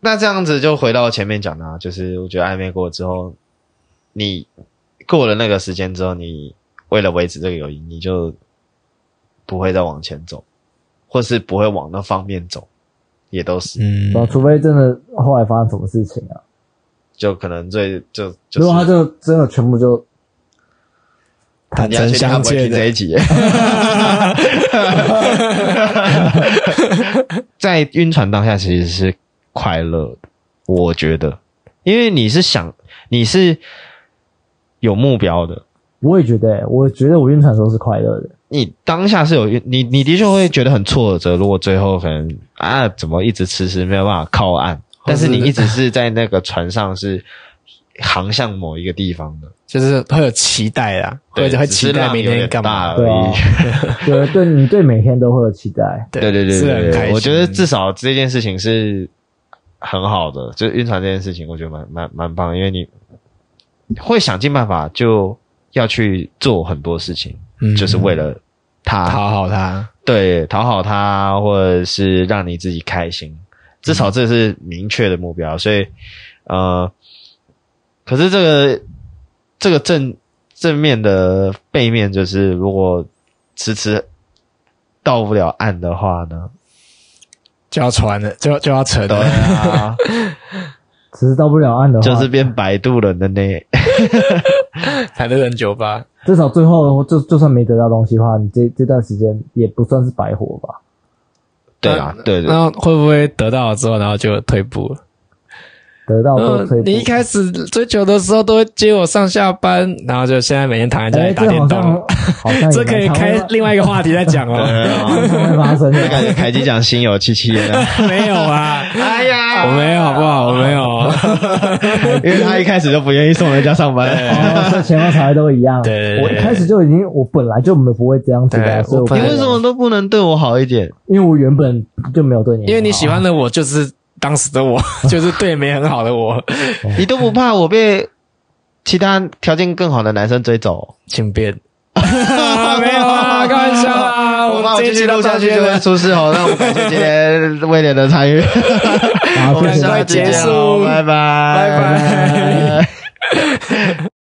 A: 那这样子就回到前面讲的、啊，就是我觉得暧昧过之后，你过了那个时间之后，你为了维持这个友谊，你就不会再往前走，或是不会往那方面走，也都是，
B: 嗯
C: 然，后啊除非真的后来发生什么事情啊，
A: 就可能最就就
C: 如果他
A: 是。
C: 就真的全部就
B: 坦
A: 你要
B: 诚
A: 确定他
B: 相
A: 不会
B: 见
A: 听这
B: 的
A: 一集， 在晕船当下其实是快乐的，我觉得，因为你是想你是有目标的，
C: 我也觉得欸、我觉得我晕船的时候是快乐的，
A: 你当下是有你，你的确会觉得很挫折。如果最后可能啊，怎么一直迟迟没有办法靠岸，但是你一直是在那个船上是航向某一个地方的，
B: 就是会有期待啦，
A: 对
B: 会会
A: 只是
B: 期待
A: 浪
B: 明
A: 有
B: 天
A: 点
B: 干
A: 大
B: 嘛
A: 了？
C: 对啊，对对，你对每天都会有期待，
A: 对对对
B: 是
A: 对
B: 很开
A: 对，
B: 心。
A: 我觉得至少这件事情是很好的，就是晕船这件事情，我觉得蛮蛮蛮棒的，因为你会想尽办法就要去做很多事情，
B: 嗯
A: 就是为了他
B: 讨好他，
A: 对，讨好他，或者是让你自己开心，至少这是明确的目标。所以，呃，可是这个这个正正面的背面就是，如果迟迟到不了岸的话呢？
B: 就要传了，就就要沉
A: 对
B: 了。
A: 啊，
C: 只是到不了岸的话，
A: 就是变摆渡人的那，
B: 才能人酒吧，
C: 至少最后就就算没得到东西的话，你这这段时间也不算是白活吧。
A: 对啊，对对
B: 然后会不会得到了之后，然后就退步了？
C: 得
A: 哦
C: 到都退
B: 嗯，
C: 步，
B: 你一开始追求的时候都会接我上下班，然后就现在每天躺在家
C: 哎，
B: 里打
C: 这
B: 电
C: 好像
B: 动，
C: 好 像
B: 这可以开另外一个话题再讲 哦。
A: 对，
C: 常会发生 的，
A: 感觉凯基讲心有戚戚焉啊。
B: 没有啊，
A: 哎呀
B: 我没有，好不好？我没有。
A: 因为他一开始就不愿意送人家上班。
C: 哦，这前后才都一样。
B: 对对对
C: 我一开始就已经，我本来就没不会这样子
B: 对
C: 的，所以我
B: 我
C: 不
B: 本
A: 你
B: 来
A: 为什么都不能对我好一点？
C: 因为我原本就没有对你很好，
B: 因为你喜欢的我就是当时的我， 就是对没很好的我，
A: 你都不怕我被其他条件更好的男生追走？
B: 请便。 没 有啊，开玩笑啊！
A: 我怕
B: 们
A: 我
B: 这
A: 继
B: 一期
A: 续
B: 到
A: 录下去
B: 这
A: 就
B: 边
A: 会出事哦。那我们感谢今天威廉的参与，
C: 啊，
A: 我们
C: 谢谢
A: 下
C: 大
A: 次
C: 家
A: 见哦
B: 结束
A: 拜拜，
B: 拜拜。